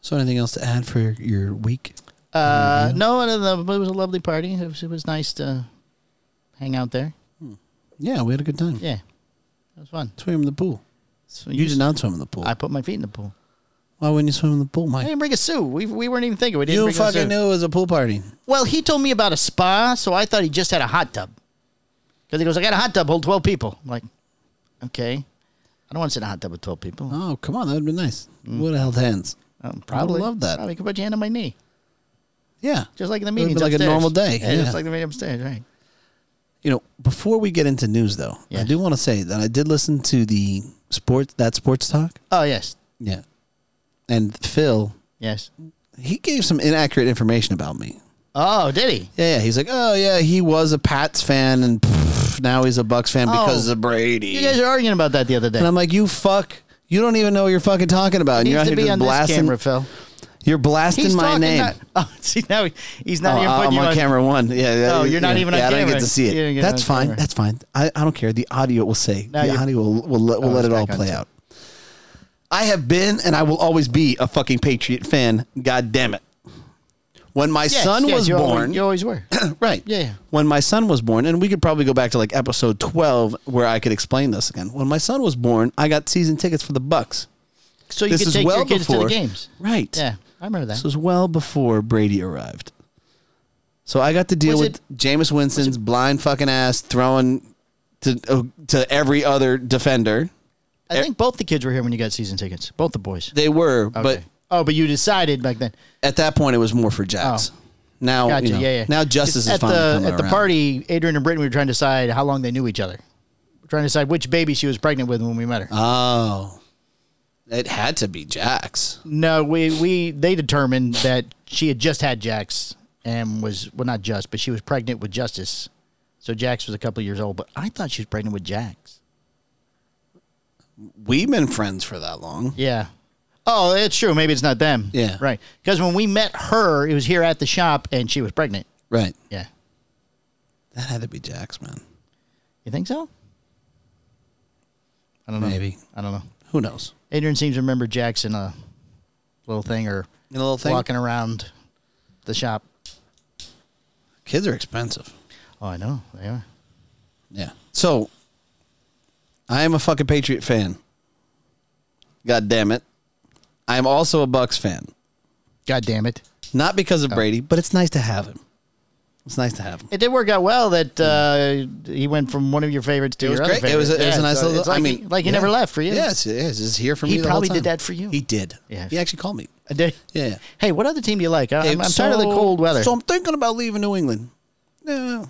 S3: So, anything else to add for your week?
S2: Uh,
S3: Mm-hmm.
S2: no, I don't know, it was a lovely party. It was, it was nice to hang out there.
S3: Yeah, we had a good time.
S2: Yeah, it was fun.
S3: Swim in the pool.
S2: So
S3: You did not swim in the pool.
S2: I put my feet in the pool.
S3: Why wouldn't you swim in the pool,
S2: I
S3: Mike?
S2: didn't bring a suit. We, we weren't even thinking. We didn't
S3: You
S2: bring a
S3: fucking
S2: suit.
S3: knew it was a pool party.
S2: Well, he told me about a spa, so I thought he just had a hot tub. Because he goes, I got a hot tub, hold 12 people. I'm like, okay. I don't want to sit in a hot tub with 12 people.
S3: Oh, come on, that would have been nice.
S2: Mm.
S3: Would have held hands.
S2: Um, probably.
S3: love that.
S2: Probably could put your hand on my knee,
S3: Yeah.
S2: just like in the
S3: It would've
S2: meetings.
S3: been like a
S2: upstairs.
S3: normal day,
S2: Yeah,
S3: yeah.
S2: just like the meeting upstairs, right?
S3: You know, before we get into news though, I
S2: Yeah.
S3: do want to say that I did listen to the sports that sports talk.
S2: Oh yes,
S3: Yeah. And Phil,
S2: yes.
S3: he gave some inaccurate information about me.
S2: Oh, did he?
S3: Yeah, yeah. He's like, oh yeah, he was a Pats fan and pff, now he's a Bucks fan because
S2: Oh.
S3: of Brady.
S2: You guys are arguing about that the other day.
S3: and I'm like, you fuck. You don't even know what you're fucking talking about. And
S2: He
S3: you're out here
S2: needs to be
S3: just
S2: on this
S3: blasting.
S2: camera, Phil.
S3: You're blasting my
S2: talking
S3: name.
S2: not- oh, see now he- he's not
S3: Oh,
S2: even
S3: I'm
S2: putting you
S3: on, camera one. Yeah, yeah.
S2: No, you're not
S3: yeah.
S2: even on
S3: yeah, I don't
S2: camera.
S3: get to see
S2: You didn't
S3: it.
S2: get
S3: That's
S2: on
S3: fine.
S2: camera.
S3: That's fine. I, I don't care. The audio will say.
S2: Now
S3: the
S2: you-
S3: audio will, will, let- will
S2: Oh,
S3: let
S2: it's
S3: it all
S2: back on
S3: play
S2: too.
S3: out. I have been and I will always be a fucking Patriot fan. God damn it. When my
S2: Yes,
S3: son
S2: yes,
S3: was
S2: you
S3: born,
S2: Always, you always were.
S3: right?
S2: Yeah, yeah.
S3: When my son was born, and we could probably go back to like episode twelve where I could explain this again. When my son was born, I got season tickets for the Bucks.
S2: So you
S3: This
S2: could
S3: is
S2: take
S3: well
S2: your kids to
S3: before-
S2: the games.
S3: Right.
S2: Yeah, I remember that.
S3: This was well before Brady arrived. So I got to deal
S2: Was
S3: with Jameis Winston's blind fucking ass throwing to uh, to every other defender. e-
S2: I think both the kids were here when you got season tickets. Both the boys.
S3: They were, but
S2: Okay. oh, but you decided back then.
S3: at that point it was more for Jax.
S2: Oh.
S3: Now,
S2: Gotcha.
S3: you know,
S2: yeah, yeah.
S3: now justice
S2: at
S3: is finally
S2: the
S3: coming
S2: at the
S3: around.
S2: party. Adrian and Brittany were trying to decide how long they knew each other. We're trying to decide which baby she was pregnant with when we met her.
S3: Oh, it had to be Jax.
S2: no, we we they determined that she had just had Jax and was well not just, but she was pregnant with Justice. So Jax was a couple of years old, but I thought she was pregnant with Jax.
S3: We've been friends for that long.
S2: Yeah. Oh, it's true. Maybe it's not them.
S3: Yeah.
S2: Right. Because when we met her, it was here at the shop, and she was pregnant.
S3: Right.
S2: Yeah.
S3: That had to be Jax, man.
S2: You think so? I don't know.
S3: Maybe.
S2: I don't know.
S3: Who knows?
S2: Adrian seems to remember Jackson a little thing or
S3: In a little thing.
S2: walking around the shop.
S3: Kids are expensive.
S2: Oh, I know. They are.
S3: Yeah. So I am a fucking Patriot fan. God damn it. I am also a Bucks fan.
S2: God damn it.
S3: Not because
S2: Oh.
S3: of Brady, but it's nice to have him. It's nice to have him.
S2: It did work out well that uh, he went from one of your favorites to
S3: It was
S2: your other
S3: great.
S2: favorite.
S3: It was a, it was
S2: Yeah,
S3: a nice
S2: so
S3: little.
S2: it's Like
S3: I mean,
S2: he, like he
S3: yeah.
S2: never left for you.
S3: Yes, yes, it's here for me.
S2: He
S3: the whole
S2: probably did
S3: time.
S2: that for you.
S3: He did.
S2: Yes.
S3: He actually called me.
S2: I did.
S3: Yeah.
S2: Hey, what other team do you like? I- I'm,
S3: Hey,
S2: I'm tired of the
S3: so-
S2: cold weather.
S3: So I'm thinking about leaving New England. Yeah.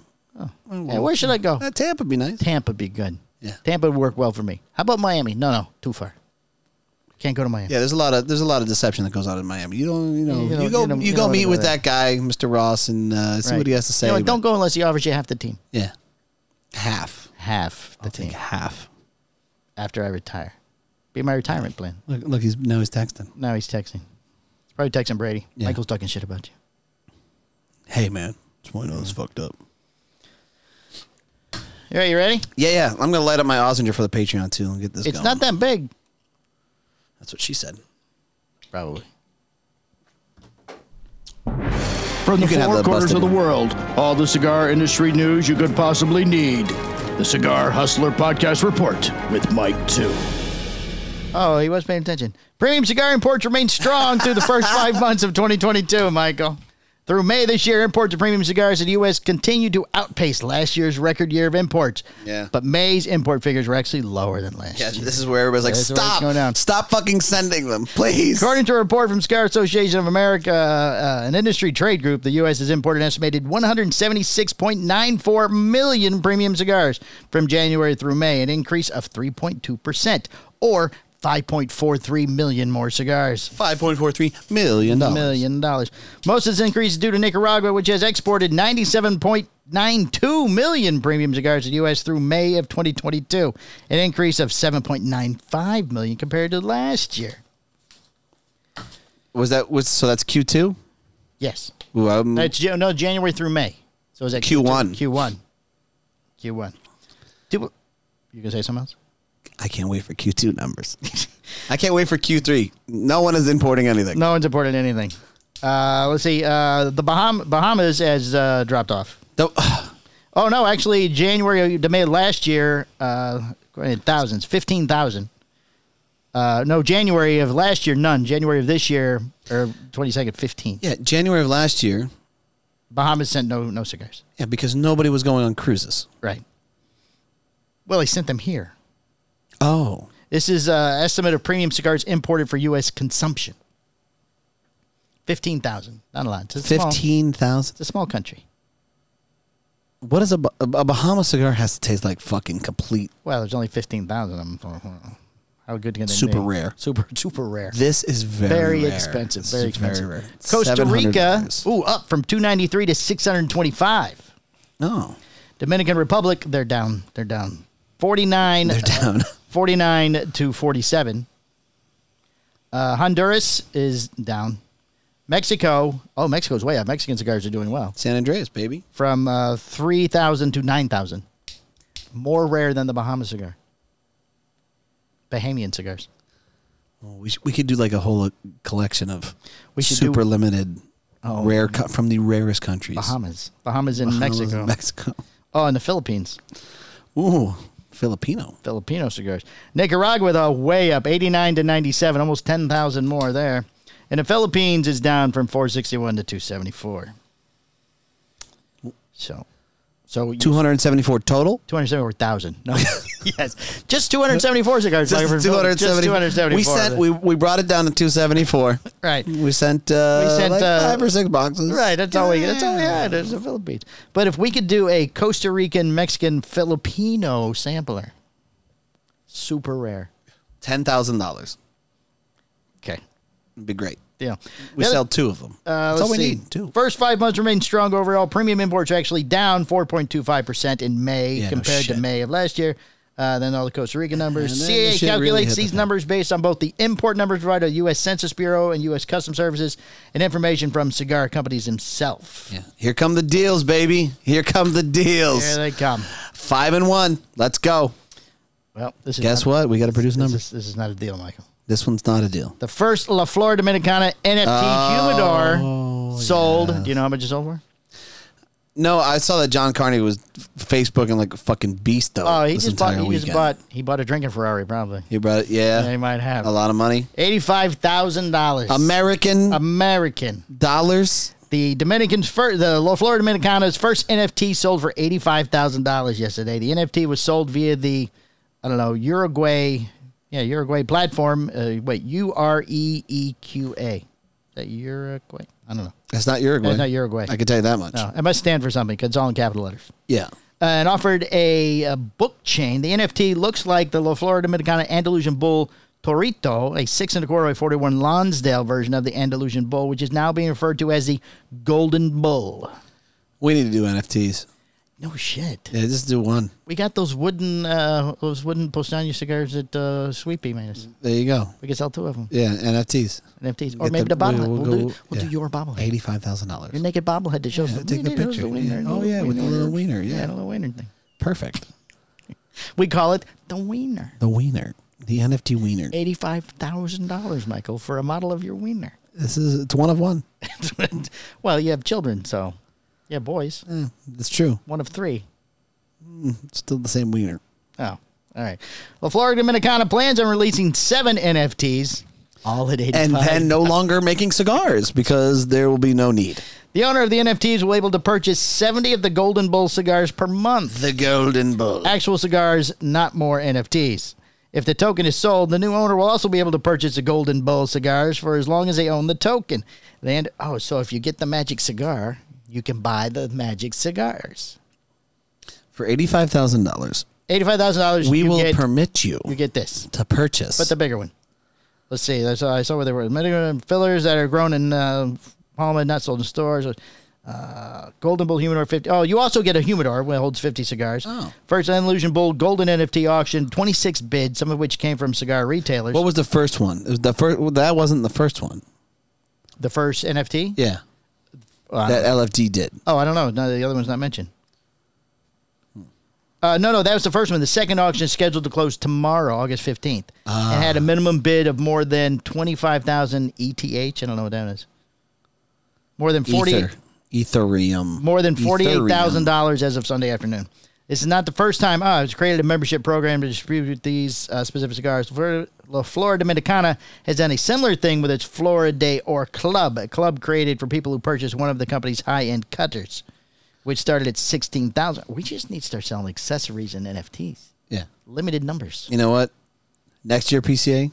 S2: Hey, where should I go?
S3: Uh, Tampa would be nice.
S2: Tampa would be good.
S3: Yeah.
S2: Tampa would work well for me. How about Miami? No, no, too far. Can't go to Miami.
S3: Yeah, there's a lot of there's a lot of deception that goes on in Miami. You don't, you know,
S2: You
S3: you,
S2: don't-
S3: go
S2: you
S3: you,
S2: don't- you
S3: go
S2: don't
S3: meet
S2: wanna
S3: with
S2: go
S3: that guy, Mr. Ross, and uh, see what he has to say.
S2: You know,
S3: but-
S2: don't go unless he offers you half the team.
S3: Yeah, half.
S2: Half the
S3: I
S2: team
S3: think half.
S2: after I retire. Be my retirement plan.
S3: Look, look, he's now he's texting.
S2: Now he's texting. He's probably texting Brady.
S3: Yeah.
S2: Michael's talking shit about you.
S3: Hey man, this one is fucked up.
S2: All right, you ready?
S3: Yeah, yeah. I'm gonna light up my Ozinger for the Patreon too and get this.
S2: It's
S3: going.
S2: not that big.
S3: That's what she said.
S2: Probably.
S5: From the
S3: You can have
S5: four
S3: that
S5: corners
S3: busted
S5: of the
S3: in.
S5: world, all the cigar industry news you could possibly need. The Cigar Hustler Podcast Report with Mike 2.
S2: Oh, he was paying attention. Premium cigar imports remain strong through the first five months of 2022, Michael. Through May this year, imports of premium cigars in the U.S. continued to outpace last year's record year of imports.
S3: Yeah.
S2: But May's import figures were actually lower than last
S3: Yeah,
S2: year.
S3: this is where everybody's like,
S2: That's where it's going down.
S3: stop, stop fucking sending them, please.
S2: According to a report from Cigar Association of America, uh, an industry trade group, the U.S. has imported an estimated 176.94 million premium cigars from January through May, an increase of 3.2%, or 5.43 million more cigars.
S3: Five point four three million dollars.
S2: Million dollars. Most of this increase is due to Nicaragua, which has exported 97.92 million premium cigars to the U.S. through May of 2022, an increase of 7.95 million compared to last year.
S3: Was that was so? That's Q two.
S2: Yes.
S3: Ooh, I'm-
S2: That's Ja- no January through May. So is that
S3: Q1.
S2: Mm. Q one? Q one. Do we- you gonna say something else?
S3: I can't wait for Q two numbers. I can't wait for Q three. No one is importing anything.
S2: No one's imported anything. Uh, let's see. Uh, the Baham- Bahamas has uh, dropped off.
S3: No.
S2: Oh no, actually, January to May last year, uh, in thousands, fifteen thousand. Uh, no, January of last year, none. January of this year, or twenty second, fifteen.
S3: Yeah, January of last year.
S2: Bahamas sent no no cigars.
S3: Yeah, because nobody was going on cruises.
S2: Right. Well, he sent them here.
S3: Oh,
S2: This is uh, estimate of premium cigars imported for U.S. consumption. Fifteen thousand, not a lot. It's a small-
S3: fifteen thousand.
S2: it's a small country.
S3: What does a, Ba- a Bahama cigar has to taste like? Fucking complete.
S2: Well, there's only fifteen thousand of them. How good can they
S3: Super
S2: be?
S3: rare.
S2: Super super rare.
S3: This is very
S2: very
S3: rare.
S2: expensive.
S3: This
S2: Very
S3: is
S2: expensive.
S3: rare.
S2: Costa Rica,
S3: $700.
S2: ooh, up from two ninety three to six hundred twenty five.
S3: Oh,
S2: Dominican Republic, they're down. They're down. Forty nine.
S3: they're down.
S2: Forty nine to forty seven. Uh, Honduras is down. Mexico, oh, Mexico's way up. Mexican cigars are doing well.
S3: San Andreas, baby.
S2: From uh, 3,000 to 9,000. More rare than the Bahamas cigar. Bahamian cigars.
S3: Oh, we, sh- we could do like a whole uh, collection of
S2: We should
S3: super
S2: do- Oh.
S3: limited, rare co- from the rarest countries.
S2: Bahamas. Bahamas in
S3: Bahamas,
S2: Mexico.
S3: Mexico.
S2: oh, and the Philippines.
S3: Ooh, Filipino.
S2: Filipino cigars. Nicaragua, though, way up, 89 to 97, almost 10,000 more there. And the Philippines is down from 461 to 274. So, so you-
S3: 274 total.
S2: 274,000. No, yes, just 274 cigars.
S3: Just
S2: Dr. Phil.
S3: 270.
S2: Just 274.
S3: We sent we, we brought it down to 274.
S2: right.
S3: We sent uh,
S2: We sent,
S3: like
S2: uh,
S3: five or six boxes.
S2: Right, that's all we that's all we had. It's the Philippines. But if we could do a Costa Rican Mexican Filipino sampler, super rare.
S3: Ten thousand dollars.
S2: Okay,
S3: It'd be great.
S2: deal.
S3: We
S2: The other-
S3: sell two of them.
S2: Uh,
S3: That's all
S2: let's
S3: we
S2: see.
S3: need. Two.
S2: First five months remain strong overall. Premium imports are actually down 4.25% in May
S3: Yeah, no
S2: compared to
S3: shit.
S2: May of last year. Uh, then all the Costa Rica
S3: And
S2: numbers.
S3: then
S2: CAA
S3: this shit really
S2: calculates
S3: hit the
S2: these
S3: fan.
S2: numbers based on both the import numbers provided by the U.S. Census Bureau and U.S. Customs Services and information from cigar companies themselves.
S3: Yeah. Here come the deals, baby. Here come the deals.
S2: Here they come.
S3: Five and one. Let's go.
S2: Well, this is
S3: Guess
S2: not-
S3: what? We got to produce
S2: This
S3: numbers.
S2: is, this is not a deal, Michael.
S3: This one's not a deal.
S2: The first La Flor Dominicana NFT
S3: Oh,
S2: humidor sold. Do you know how much it sold for?
S3: No, I saw that John Carney was Facebooking like a fucking beast though.
S2: Oh, he
S3: this
S2: just bought. He
S3: entire
S2: just
S3: weekend.
S2: bought. He bought a drinking Ferrari, probably.
S3: He brought it. Yeah,
S2: They might have
S3: a lot of money.
S2: Eighty-five thousand dollars.
S3: American
S2: Um, American.
S3: dollars.
S2: The Dominican's first, the La Florida Dominicana's first NFT sold for eighty-five thousand dollars yesterday. The NFT was sold via the, I don't know, Uruguay, yeah, Uruguay platform. Uh, wait, U R E E Q A. Is that Uruguay? I don't know.
S3: That's not Uruguay.
S2: That's not Uruguay.
S3: I can tell you that much.
S2: No, it must stand for something because it's all in capital letters.
S3: Yeah.
S2: uh, and offered a, uh book chain. The NFT looks like the La Florida Dominicana Andalusian Bull Torito, a six and a quarter by 41 Lonsdale version of the Andalusian Bull, which is now being referred to as the Golden Bull.
S3: We need to do NFTs.
S2: No shit.
S3: Yeah, just do one.
S2: We got those wooden, uh, those wooden Postania cigars that uh, Sweepy made us.
S3: There you go.
S2: We could sell two of them,
S3: Yeah, NFTs.
S2: NFTs, or
S3: Get
S2: maybe the, bobblehead. We'll,
S3: we'll
S2: do,
S3: go-
S2: we'll do
S3: yeah.
S2: your bobblehead,
S3: Eighty-five thousand
S2: your
S3: dollars.
S2: naked bobblehead that shows.
S3: Yeah,
S2: the-
S3: take the
S2: there's
S3: picture,
S2: wiener,
S3: yeah. Oh, yeah, with the little wiener, yeah.
S2: the little wiener thing.
S3: Perfect.
S2: We call it the wiener.
S3: The wiener. The NFT wiener.
S2: eighty-five thousand dollars, Michael, for a model of your wiener.
S3: This is it's one of one.
S2: well, you have children, so yeah, boys,
S3: Eh, it's true.
S2: one of three.
S3: It's still the same wiener.
S2: Oh, all right. Well, Florida Dominicana plans on releasing seven NFTs, all at eighty-five.
S3: And then no longer making cigars because there will be no need.
S2: the owner of the NFTs will be able to purchase seventy of the Golden Bull cigars per month.
S3: The golden bull.
S2: Actual cigars, not more NFTs. If the token is sold, the new owner will also be able to purchase the Golden Bull cigars for as long as they own the token. Then, oh, so if you get the magic cigar, you can buy the magic cigars.
S3: For eighty-five thousand dollars,
S2: Eighty-five thousand dollars.
S3: we will
S2: get,
S3: permit you
S2: you get this,
S3: to purchase.
S2: but the bigger one. Let's see. That's I saw where there were medical fillers that are grown in uh, home and not sold in stores. Uh, Golden Bull Humidor 50. Oh, you also get a humidor when it holds 50 cigars.
S3: Oh.
S2: First Andalusian Bull Golden NFT auction, 26 bids, some of which came from cigar retailers.
S3: what was the first one? It was the first. Well, that wasn't the first one.
S2: the first NFT?
S3: Yeah,
S2: Oh, I don't-
S3: that LFG did.
S2: oh, I don't know. No, the other one's not mentioned. Uh, no, no, that was the first one. The second auction is scheduled to close tomorrow, August 15th. and had a minimum bid of more than 25,000 ETH. I don't know what that is. More than 40
S3: Ether. Ethereum.
S2: more than
S3: Ethereum.
S2: $48,000 as of Sunday afternoon. This is not the first time uh, it's created a membership program to distribute these uh, specific cigars. Flor- La Flora Dominicana has done a similar thing with its Flora de Or Club, a club created for people who purchase one of the company's high-end cutters, which started at 16,000. We just need to start selling accessories and NFTs.
S3: Yeah.
S2: Limited numbers.
S3: You know what? Next year PCA,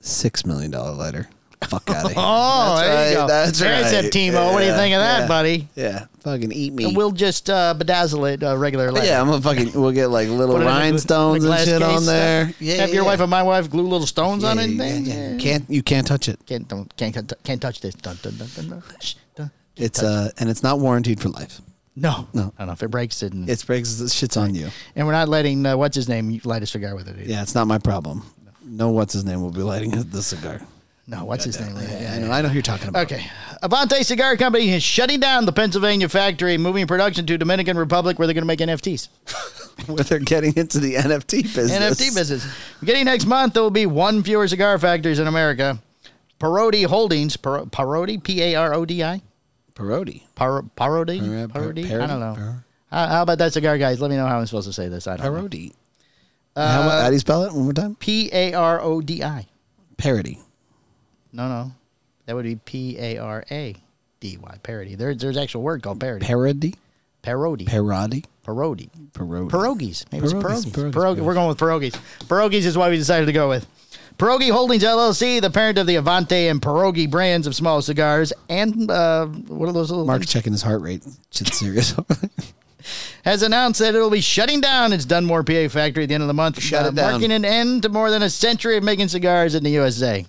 S3: six million dollar letter. Fuck out of here.
S2: Oh,
S3: That's
S2: there
S3: right,
S2: you go.
S3: That's
S2: There's
S3: right.
S2: a Timo. what do you
S3: Yeah,
S2: think of that,
S3: yeah,
S2: buddy?
S3: Yeah. Fucking eat me.
S2: And we'll just uh, bedazzle it uh, regular leather.
S3: yeah, I'm gonna fucking. We'll get like little
S2: Put it in a gl-
S3: rhinestones
S2: in a
S3: and
S2: glass
S3: shit
S2: case,
S3: on there.
S2: Have, have your wife
S3: yeah.
S2: and my wife glue little stones on
S3: Yeah,
S2: it. and
S3: yeah,
S2: things?
S3: yeah, yeah.
S2: Yeah.
S3: Can't you can't touch it.
S2: Can't don't, can't cut- can't touch this. Dun, dun, dun, dun, dun. Shh, dun.
S3: It's uh and it's not warranted for life.
S2: No,
S3: No.
S2: I don't know if it breaks it. And,
S3: It's breaks. The shit's on you.
S2: and we're not letting uh, what's his name light a cigar with it. Either.
S3: Yeah, it's not my problem. No, what's his name will be lighting the cigar.
S2: No, what's his name? Yeah,
S3: Yeah, I know. I know who you're talking about.
S2: Okay. Avante Cigar Company is shutting down the Pennsylvania factory, moving production to Dominican Republic where they're going to make NFTs.
S3: Where they're getting into the NFT business.
S2: NFT business. Beginning next month, there will be one fewer cigar factories in America. Parodi Holdings, Par- Parodi, P A R O D I,
S3: Parody.
S2: Par- Parodi,
S3: Par- par-
S2: Parodi.
S3: parody?
S2: I don't know.
S3: Par-
S2: How, how about that cigar, guys? Let me know how I'm supposed to say this. I don't know.
S3: Parody. how, about- how do you spell it one more time?
S2: P A R O D I.
S3: Parody.
S2: No, no, that would be P A R A D Y. Parody. There's there's actual word called parody.
S3: Parody.
S2: parody.
S3: Parody.
S2: parody.
S3: Parody.
S2: Pierogies. Maybe it's
S3: Pierogies,
S2: pierogies.
S3: pierogies,
S2: Pierogi- We're going with pierogies. Pierogies is what we decided to go with. Pierogi Holdings LLC, the parent of the Avante and Pierogi brands of small cigars, and uh, what are those little
S3: Mark's
S2: things?
S3: checking his heart rate. Shit's serious.
S2: has announced that it will be shutting down its Dunmore, PA factory at the end of the month, Uh,
S3: Shut it down.
S2: marking an end to more than a century of making cigars in the USA.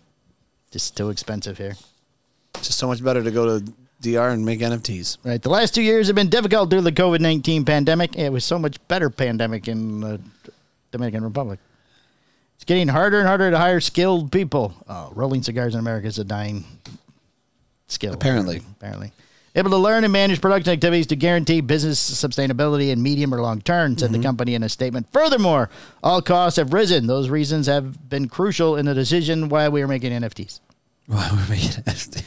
S2: Just too expensive here.
S3: Just so much better to go to DR and make NFTs.
S2: Right. The last two years have been difficult due to the COVID 19 pandemic. It was so much better pandemic in the Dominican Republic. It's getting harder and harder to hire skilled people. Oh, rolling cigars in America is a dying skill.
S3: Apparently.
S2: Apparently. Able to learn and manage production activities to guarantee business sustainability in medium or long term, said the company in a statement. Furthermore, all costs have risen. Those reasons have been crucial in the decision why we are making NFTs.
S3: Why we're making NFTs.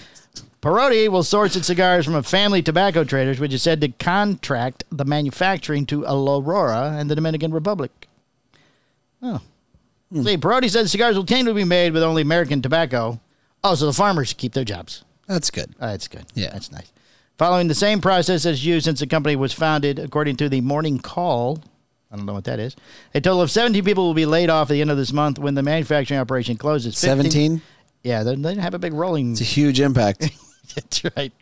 S2: Parodi will source its cigars from a family tobacco traders, which is said to contract the manufacturing to Aurora and the Dominican Republic. Oh. See, Parodi says cigars will continue to be made with only American tobacco. Oh, so the farmers keep their jobs.
S3: That's good.
S2: Oh, that's good.
S3: Yeah.
S2: That's nice. Following the same process as used since the company was founded, according to the Morning Call, I don't know what that is, a total of 17 people will be laid off at the end of this month when the manufacturing operation closes. 15
S3: 17?
S2: Yeah, they they have a big rolling.
S3: It's a huge impact.
S2: That's right.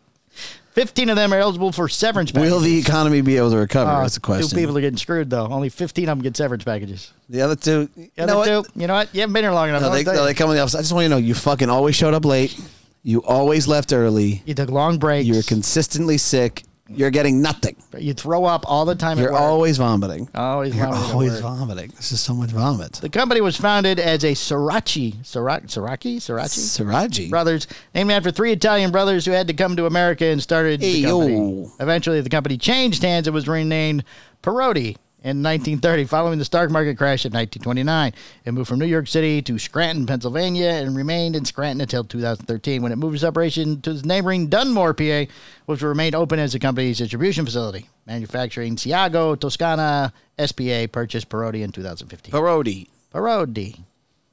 S2: Fifteen of them are eligible for severance packages. Uh,
S3: Will the Uh, economy be able to recover? That's the
S2: Two
S3: question.
S2: people are getting screwed though. Only fifteen of them get severance packages.
S3: the other two.
S2: The
S3: you know
S2: other
S3: what?
S2: two, you know what? You haven't been here long enough.
S3: No,
S2: I'll
S3: they,
S2: tell
S3: no,
S2: you.
S3: they come on the office. I just want you to know you fucking always showed up late. You always left early.
S2: you took long breaks.
S3: You're consistently sick. You're getting nothing.
S2: you throw up all the time. at
S3: You're
S2: work.
S3: always vomiting.
S2: always
S3: You're
S2: vomiting at
S3: always
S2: work.
S3: vomiting. This is so much vomit.
S2: The company was founded as a Sirachi, Sira- Siraki, Sirachi
S3: Siraji.
S2: brothers, named after three Italian brothers who had to come to America and started the
S3: Hey,
S2: company.
S3: yo.
S2: Eventually, the company changed hands and was renamed Parodi. In 1930, following the stock market crash of 1929, it moved from New York City to Scranton, Pennsylvania, and remained in Scranton until 2013, when it moved its operation to its neighboring Dunmore, PA, which will remain open as the company's distribution facility. Manufacturing Siago, Toscana, SPA purchased Parodi in
S3: Oh.
S2: 2015.
S3: Parodi.
S2: Parodi,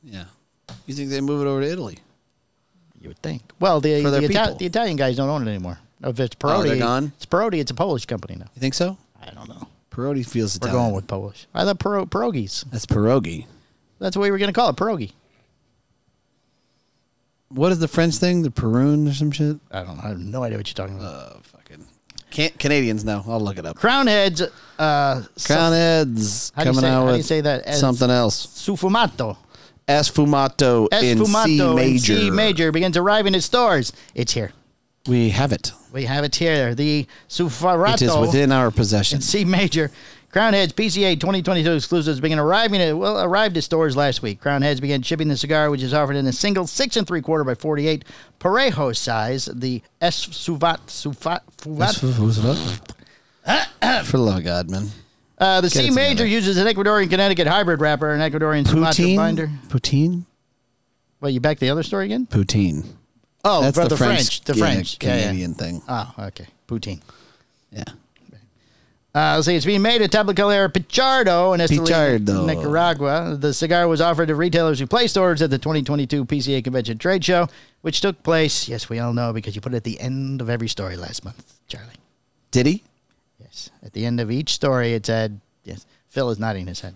S3: Yeah. You think they move it over to Italy?
S2: you would think. Well, the
S3: For
S2: the,
S3: their
S2: Ita-
S3: people.
S2: the Italian guys don't own it anymore. If it's
S3: Oh,
S2: Parodi,
S3: they're gone?
S2: it's Parodi. It's a Polish company now.
S3: You think so?
S2: I don't know.
S3: Parodi feels
S2: We're
S3: Italian.
S2: going with Polish. I thought Paro- pierogies.
S3: That's pierogi.
S2: That's what we were going to call it, pierogi.
S3: What is the French thing? The Perun or some shit?
S2: I don't know. I have no idea what you're talking about.
S3: Oh, fucking. Can't, Canadians know. I'll look it up.
S2: Crown heads, uh,
S3: Crown Heads
S2: How do you
S3: coming
S2: say-
S3: out
S2: how do
S3: with
S2: you say that? Es-
S3: something else.
S2: su- Sufumato.
S3: Esfumato,
S2: Esfumato
S3: in C
S2: in
S3: major.
S2: C major begins arriving at stores. It's here.
S3: We have it.
S2: We have it here. The
S3: It is
S2: Sufarato
S3: within our possession.
S2: in C major. Crown Heads PCA 2022 exclusives began arriving at well arrived at stores last week. Crown Heads began shipping the cigar, which is offered in a single six and three quarter by 48 Parejo size. The S Suvat Sufat Fuvat
S3: For the love of God, man.
S2: Uh, the
S3: Get
S2: C
S3: it
S2: major
S3: together.
S2: uses an Ecuadorian Connecticut hybrid wrapper, an Ecuadorian Sumatra binder.
S3: Poutine?
S2: Wait, you back to the other story again?
S3: Poutine.
S2: Oh,
S3: That's
S2: bro,
S3: the, French,
S2: the
S3: yeah,
S2: French, Yeah, yeah.
S3: Canadian thing.
S2: Oh, okay, poutine.
S3: Yeah.
S2: Uh, let's see, it's being made at Tabacalera Pichardo in Esteli,
S3: Pichardo.
S2: Nicaragua. The cigar was offered to retailers who placed orders at the 2022 PCA convention trade show, which took place. Yes, we all know because you put it at the end of every story last month, Charlie.
S3: Did he?
S2: Yes. At the end of each story, it said, yes, Phil is nodding his head.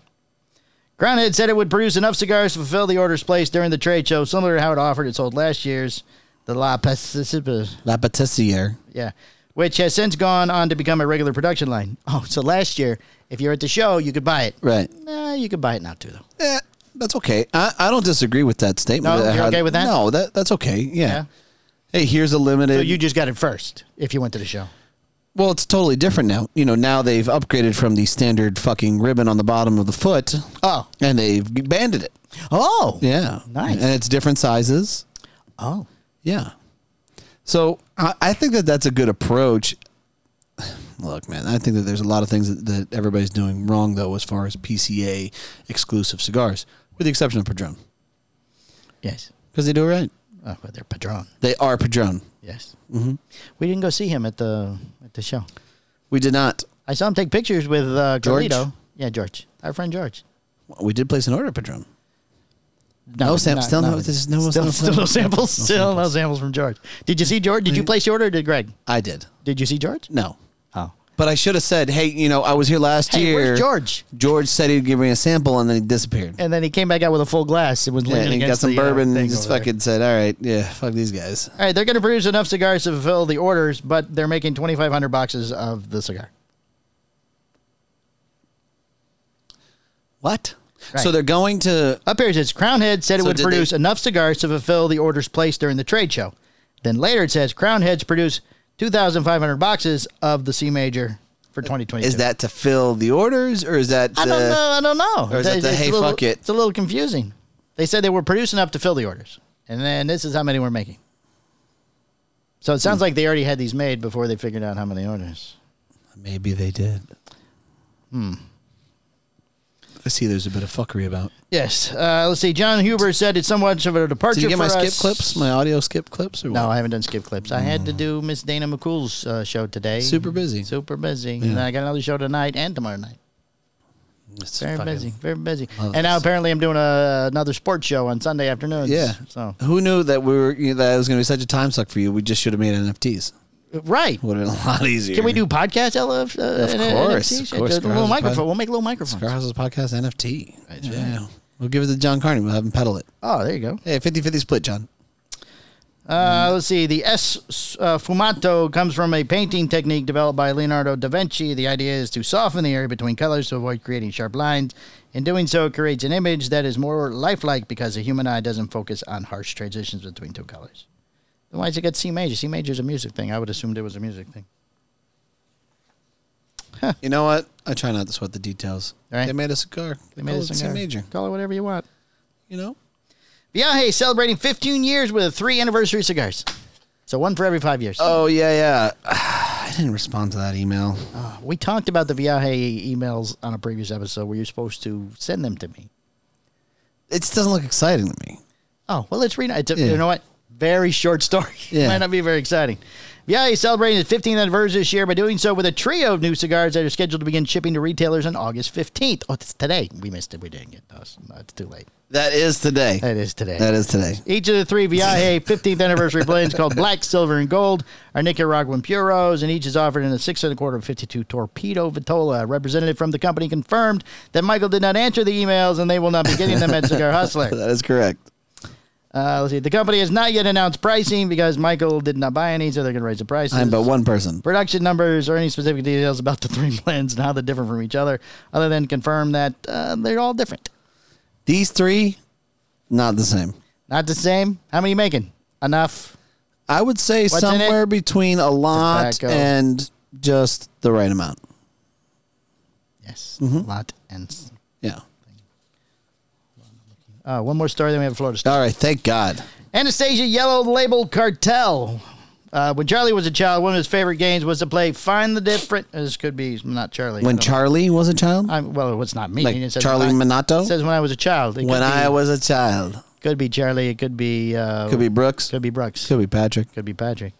S2: Crownhead said it would produce enough cigars to fulfill the orders placed during the trade show, similar to how it offered its sold last year's, the La Pacifica,
S3: La Patissiere.
S2: yeah, which has since gone on to become a regular production line. Oh, so last year, if you're at the show, you could buy it.
S3: Right.
S2: Nah, you could buy it now, too, though.
S3: Eh, that's okay. I, I don't disagree with that statement.
S2: No, you're
S3: How-
S2: okay with that?
S3: No, that, that's okay. Yeah.
S2: Yeah.
S3: Hey, here's a limited.
S2: So you just got it first if you went to the show.
S3: well, it's totally different now. You know, now they've upgraded from the standard fucking ribbon on the bottom of the foot,
S2: Oh.
S3: and they've banded it.
S2: Oh.
S3: Yeah.
S2: Nice.
S3: And it's different sizes.
S2: Oh,
S3: Yeah. So I, I think that that's a good approach. Look, man, I think that there's a lot of things that, that everybody's doing wrong, though, as far as PCA exclusive cigars, with the exception of Padron,
S2: yes.
S3: because they do it right.
S2: Oh, but they're Padron.
S3: They are Padron.
S2: Yes. Mm-hmm. We didn't go see him at the at the show.
S3: We did not.
S2: I saw him take pictures with uh,
S3: George?
S2: Carlito. Yeah, George, our friend George.
S3: We did place an order at Padron. No sam- still no- there's no-
S2: still,
S3: no
S2: still no
S3: samples.
S2: samples. Still no samples from George. Did you see George? Did you place your order? Or did Greg?
S3: I did.
S2: Did you see George?
S3: No.
S2: Oh,
S3: But I should have said, hey, you know, I was here last
S2: Hey,
S3: year.
S2: where's George?
S3: George said he'd give me a sample, and then he disappeared.
S2: and then he came back out with a full glass. It was
S3: Yeah,
S2: leaning
S3: and he got
S2: against
S3: some
S2: the, uh,
S3: bourbon
S2: thing
S3: and just
S2: over there.
S3: fucking said, all right, yeah, fuck these guys.
S2: All right, they're going to produce enough cigars to fulfill the orders, but they're making 2,500 boxes of the cigar.
S3: What?
S2: Right.
S3: So they're going to
S2: Up here it says Crown Heads said it
S3: So
S2: would
S3: did they-
S2: produce enough cigars to fulfill the orders placed during the trade show. Then later it says Crown Heads produce 2,500 boxes of the C major for 2022.
S3: Is that to fill the orders or is that?
S2: I don't
S3: uh,
S2: know. I don't know.
S3: or is that the,
S2: It's a
S3: "Hey,
S2: little-
S3: fuck it."
S2: It's a little confusing. They said they were producing up to fill the orders, and then this is how many we're making. So it sounds
S3: Hmm.
S2: like they already had these made before they figured out how many orders.
S3: Maybe they did. Hmm. I see. There's a bit of fuckery about.
S2: Yes. Uh, let's see. John Huber said it's somewhat of a departure.
S3: Did you get my
S2: for
S3: skip
S2: us.
S3: clips? My audio skip clips? Or
S2: No,
S3: what?
S2: I haven't done skip clips. I had to do Miss Dana McCool's uh, show today.
S3: Super busy.
S2: Super busy.
S3: Yeah.
S2: And I got another show tonight and tomorrow night.
S3: It's
S2: Very
S3: fucking-
S2: busy. Very busy.
S3: love
S2: And now
S3: this.
S2: apparently I'm doing a, another sports show on Sunday afternoons.
S3: Yeah.
S2: So
S3: Who knew that we were you know, that it was going to be such a time suck for you? We just should have made NFTs.
S2: right.
S3: Would have been a lot easier.
S2: Can we do podcast? Ella, uh,
S3: Of course, of course,
S2: A little
S3: Scarlet's
S2: microphone.
S3: pod-
S2: We'll make little microphones.
S3: Scarhouse's podcast NFT? yeah. We'll give it to John Carney. We'll have him pedal it.
S2: Oh, there you go.
S3: Hey, 50-50 split, John.
S2: Uh, let's see. The S uh, fumato comes from a painting technique developed by Leonardo da Vinci. The idea is to soften the area between colors to avoid creating sharp lines. In doing so, it creates an image that is more lifelike because the human eye doesn't focus on harsh transitions between two colors. Then why does it get C major? C major is a music thing. I would assume it was a music thing.
S3: You know what? I try not to sweat the details.
S2: All right.
S3: They made a cigar. They,
S2: They made
S3: call
S2: a
S3: it
S2: cigar.
S3: C major.
S2: Call it whatever you want.
S3: You know.
S2: Viaje celebrating 15 years with three anniversary cigars. So one for every five years.
S3: Oh yeah, yeah. I didn't respond to that email.
S2: We talked about the Viaje emails on a previous episode where you're supposed to send them to me.
S3: It just doesn't look exciting to me.
S2: Oh, well, let's read it. It's a-
S3: Yeah.
S2: You know what? Very short story.
S3: Yeah.
S2: Might not be very exciting. Viaje celebrating its 15th anniversary this year by doing so with a trio of new cigars that are scheduled to begin shipping to retailers on August 15th. Oh, it's today. We missed it. We didn't get those. No, it's too late.
S3: That is today.
S2: That is today.
S3: That is today.
S2: Each of the three Viaje 15th anniversary blends called Black, Silver, and Gold are Nicaraguan Puros, and each is offered in a six and a quarter of 52 Torpedo Vitola. A representative from the company confirmed that Michael did not answer the emails, and they will not be getting them at Cigar Hustler.
S3: That is correct.
S2: Uh, let's see. The company has not yet announced pricing because Michael did not buy any, so they're going to raise the prices.
S3: I'm but one person.
S2: Production numbers or any specific details about the three blends and how they're different from each other, other than confirm that uh, they're all different.
S3: These three, not the same.
S2: Not the same. How many you making? Enough.
S3: I would say
S2: in
S3: somewhere between a lot
S2: Tobacco.
S3: and just the right amount.
S2: Yes.
S3: Mm-hmm.
S2: A lot and. s-
S3: Yeah.
S2: Uh, one more story, then we have a Florida story.
S3: All right. Thank God.
S2: Anastasia Yellow Label Cartel. Uh, when Charlie was a child, one of his favorite games was to play Find the Different. Uh, This could be not Charlie.
S3: When
S2: I don't know.
S3: Charlie was a child,
S2: I'm, well, it was not me.
S3: Like
S2: It says
S3: Charlie
S2: when I-
S3: Minato?
S2: It says when I was a child. It could
S3: when
S2: be-
S3: I was a child,
S2: Could be Charlie. It could be. Uh,
S3: could be Brooks,
S2: Could be Brooks.
S3: could be Patrick,
S2: Could be Patrick.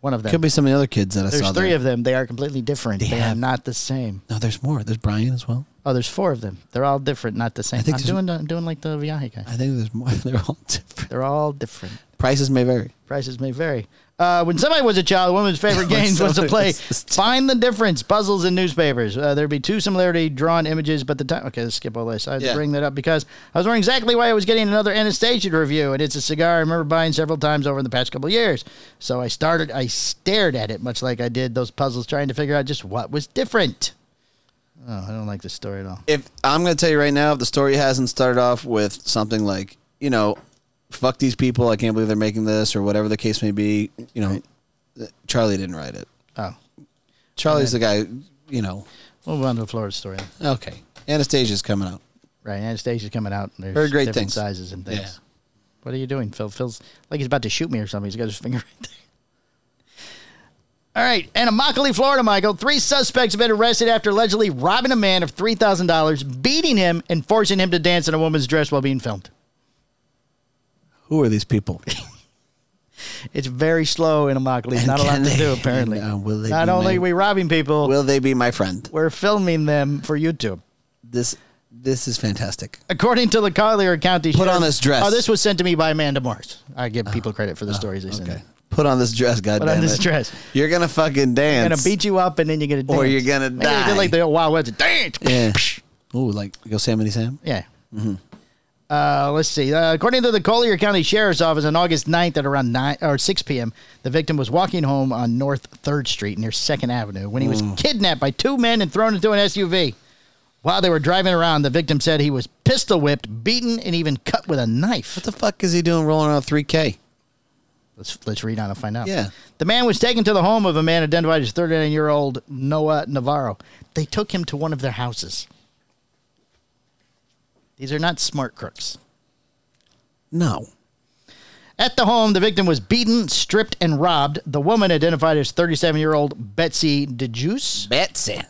S2: One of them.
S3: could be some of the other kids that I
S2: There's
S3: saw.
S2: three
S3: there.
S2: of them. They are completely different. They, are
S3: have-
S2: not the same.
S3: No, there's more. There's Brian as well.
S2: Oh, there's four of them. They're all different, not the same.
S3: think
S2: I'm
S3: there's-
S2: doing. I'm doing like the Viaje guy.
S3: I think there's more. They're all different.
S2: They're all different.
S3: Prices may vary.
S2: Prices may vary. Uh, when somebody was a child, one of his favorite
S3: When
S2: games was
S3: somebody
S2: to play
S3: was a child.
S2: Find the Difference puzzles in newspapers. Uh, there'd be two similarity drawn images, but the time. Okay, let's skip all this. I had to
S3: Yeah.
S2: bring that up because I was wondering exactly why I was getting another Anastasia review, and it's a cigar I remember buying several times over the past couple of years. So I started, I stared at it, much like I did those puzzles, trying to figure out just what was different. Oh, I don't like this story at all.
S3: if I'm going to tell you right now, if the story hasn't started off with something like, you know, fuck these people, I can't believe they're making this, or whatever the case may be, you know, Charlie didn't write it.
S2: Oh,
S3: Charlie's the guy, you know.
S2: move on to the Florida story. then.
S3: Okay, Anastasia's coming out.
S2: Right, Anastasia's coming out. And there's
S3: Heard great
S2: different
S3: things.
S2: sizes and things. What are you doing, Phil? Phil's like he's about to shoot me or something. He's got his finger right there. All right, and Immokalee, Florida, Michael. Three suspects have been arrested after allegedly robbing a man of three thousand dollars, beating him, and forcing him to dance in a woman's dress while being filmed.
S3: Who are these people?
S2: It's very slow in Immokalee. It's
S3: And
S2: not a lot
S3: can
S2: to do,
S3: they-
S2: apparently.
S3: and, uh, will they
S2: not
S3: be
S2: only
S3: made-
S2: are we robbing people,
S3: Will they be my friend?
S2: we're filming them for YouTube.
S3: This this is fantastic.
S2: According to the Collier County
S3: Put on
S2: Sheriff's-
S3: this dress. Uh-huh.
S2: Oh, this was sent to me by Amanda Morse. I give people credit for the stories they sent.
S3: Okay.
S2: me.
S3: Put on this dress, goddamn
S2: Put on this
S3: it.
S2: dress.
S3: You're gonna fucking
S2: I'm
S3: dance.
S2: gonna beat you up and then you're gonna dance.
S3: Or you're gonna
S2: Maybe they did
S3: die.
S2: like the old Wild West dance.
S3: Yeah. Ooh, like Yosemite Sam.
S2: Yeah.
S3: Mm-hmm.
S2: Uh, let's see. Uh, according to the Collier County Sheriff's Office, on August 9th at around 9 or 6 p.m., the victim was walking home on North 3rd Street near 2nd Avenue when he
S3: Mm.
S2: was kidnapped by two men and thrown into an SUV. While they were driving around, the victim said he was pistol whipped, beaten, and even cut with a knife.
S3: What the fuck is he doing rolling out 3K?
S2: Let's, let's read on and find out.
S3: Yeah.
S2: The man was taken to the home of a man identified as 39 year old Noah Navarro. They took him to one of their houses. These are not smart crooks.
S3: No.
S2: At the home, the victim was beaten, stripped, and robbed. The woman, identified as 37 year old Betsy DeJuice,
S3: Betsy.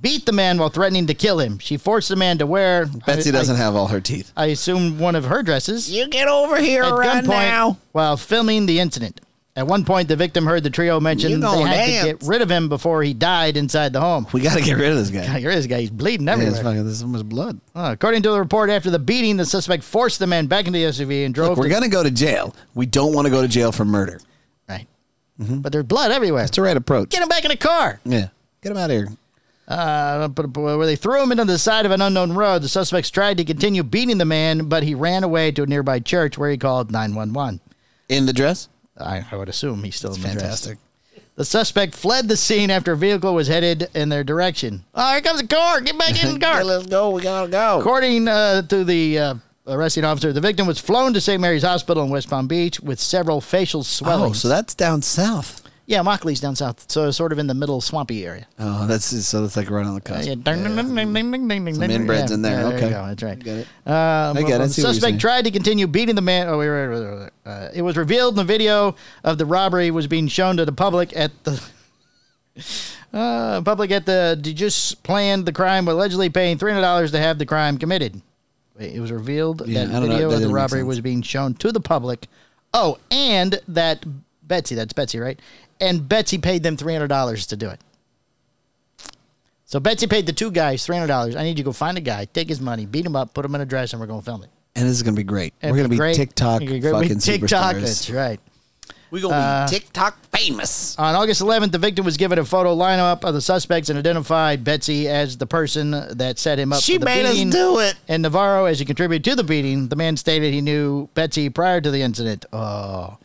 S2: beat the man while threatening to kill him. She forced the man to wear.
S3: Betsy
S2: I-
S3: doesn't have all her teeth.
S2: I, I assume one of her dresses.
S3: You get over here
S2: at gunpoint while filming the incident. At one point, the victim heard the trio mention
S3: You
S2: they
S3: gonna
S2: had to
S3: dance.
S2: get rid of him before he died inside the home.
S3: We gotta get rid of this guy.
S2: Here is guy, he's bleeding
S3: Yeah,
S2: everywhere.
S3: it's fucking, there's so much blood.
S2: Uh, according to the report, after the beating, the suspect forced the man back into the SUV and drove.
S3: Look, we're
S2: to-
S3: gonna go to jail. We don't want to go to jail for murder.
S2: right, but there's blood everywhere.
S3: It's the Mm-hmm. right approach.
S2: Get him back in the car.
S3: yeah. Get him out of here.
S2: Uh, but- but where they threw him into the side of an unknown road, the suspects tried to continue beating the man, but he ran away to a nearby church where he called 911.
S3: In the dress?
S2: I, I would assume he's still in the dress.
S3: Fantastic.
S2: The suspect fled the scene after a vehicle was headed in their direction. Oh, here comes a car. Get back in the car.
S3: let's go. We gotta go.
S2: According uh, to the uh, arresting officer, the victim was flown to St. Mary's Hospital in West Palm Beach with several facial
S3: Oh,
S2: swellings.
S3: so that's down south.
S2: yeah, Mockley's down south, so sort of in the middle swampy area.
S3: Oh, that's so that's like right on the cusp.
S2: Yeah, ding, ding, ding, ding, ding, ding, ding,
S3: Some
S2: ding.
S3: inbreds
S2: Yeah,
S3: in there.
S2: yeah,
S3: okay.
S2: you go. That's right.
S3: Got it.
S2: Uh,
S3: I get it. I
S2: The
S3: see what you're
S2: suspect
S3: saying.
S2: tried to continue beating the man. Oh, wait, wait, wait, wait, wait. Uh, it was revealed in the video of the robbery was being shown to the public at the. Uh, public at the they just planned the crime, allegedly paying three hundred dollars to have the crime committed. Wait, It was revealed
S3: Yeah, I
S2: that
S3: don't know.
S2: video
S3: That
S2: of the
S3: didn't make
S2: robbery
S3: sense.
S2: was being shown to the public. Oh, and that Betsy, that's Betsy, right? And Betsy paid them three hundred dollars to do it. So Betsy paid the two guys three hundred dollars. I need you to go find a guy, take his money, beat him up, put him in a dress, and we're gonna film it.
S3: And this is gonna be great.
S2: It'd
S3: We're gonna be
S2: great.
S3: TikTok
S2: It'd be great. We
S3: fucking
S2: TikTok, That's
S3: superstars.
S2: right. Uh,
S3: We're gonna be TikTok famous.
S2: On August 11th, the victim was given a photo lineup of the suspects and identified Betsy as the person that set him up.
S3: She
S2: for the
S3: made us
S2: beating,
S3: do it.
S2: And Navarro, as he contributed to the beating, the man stated he knew Betsy prior to the incident. Oh,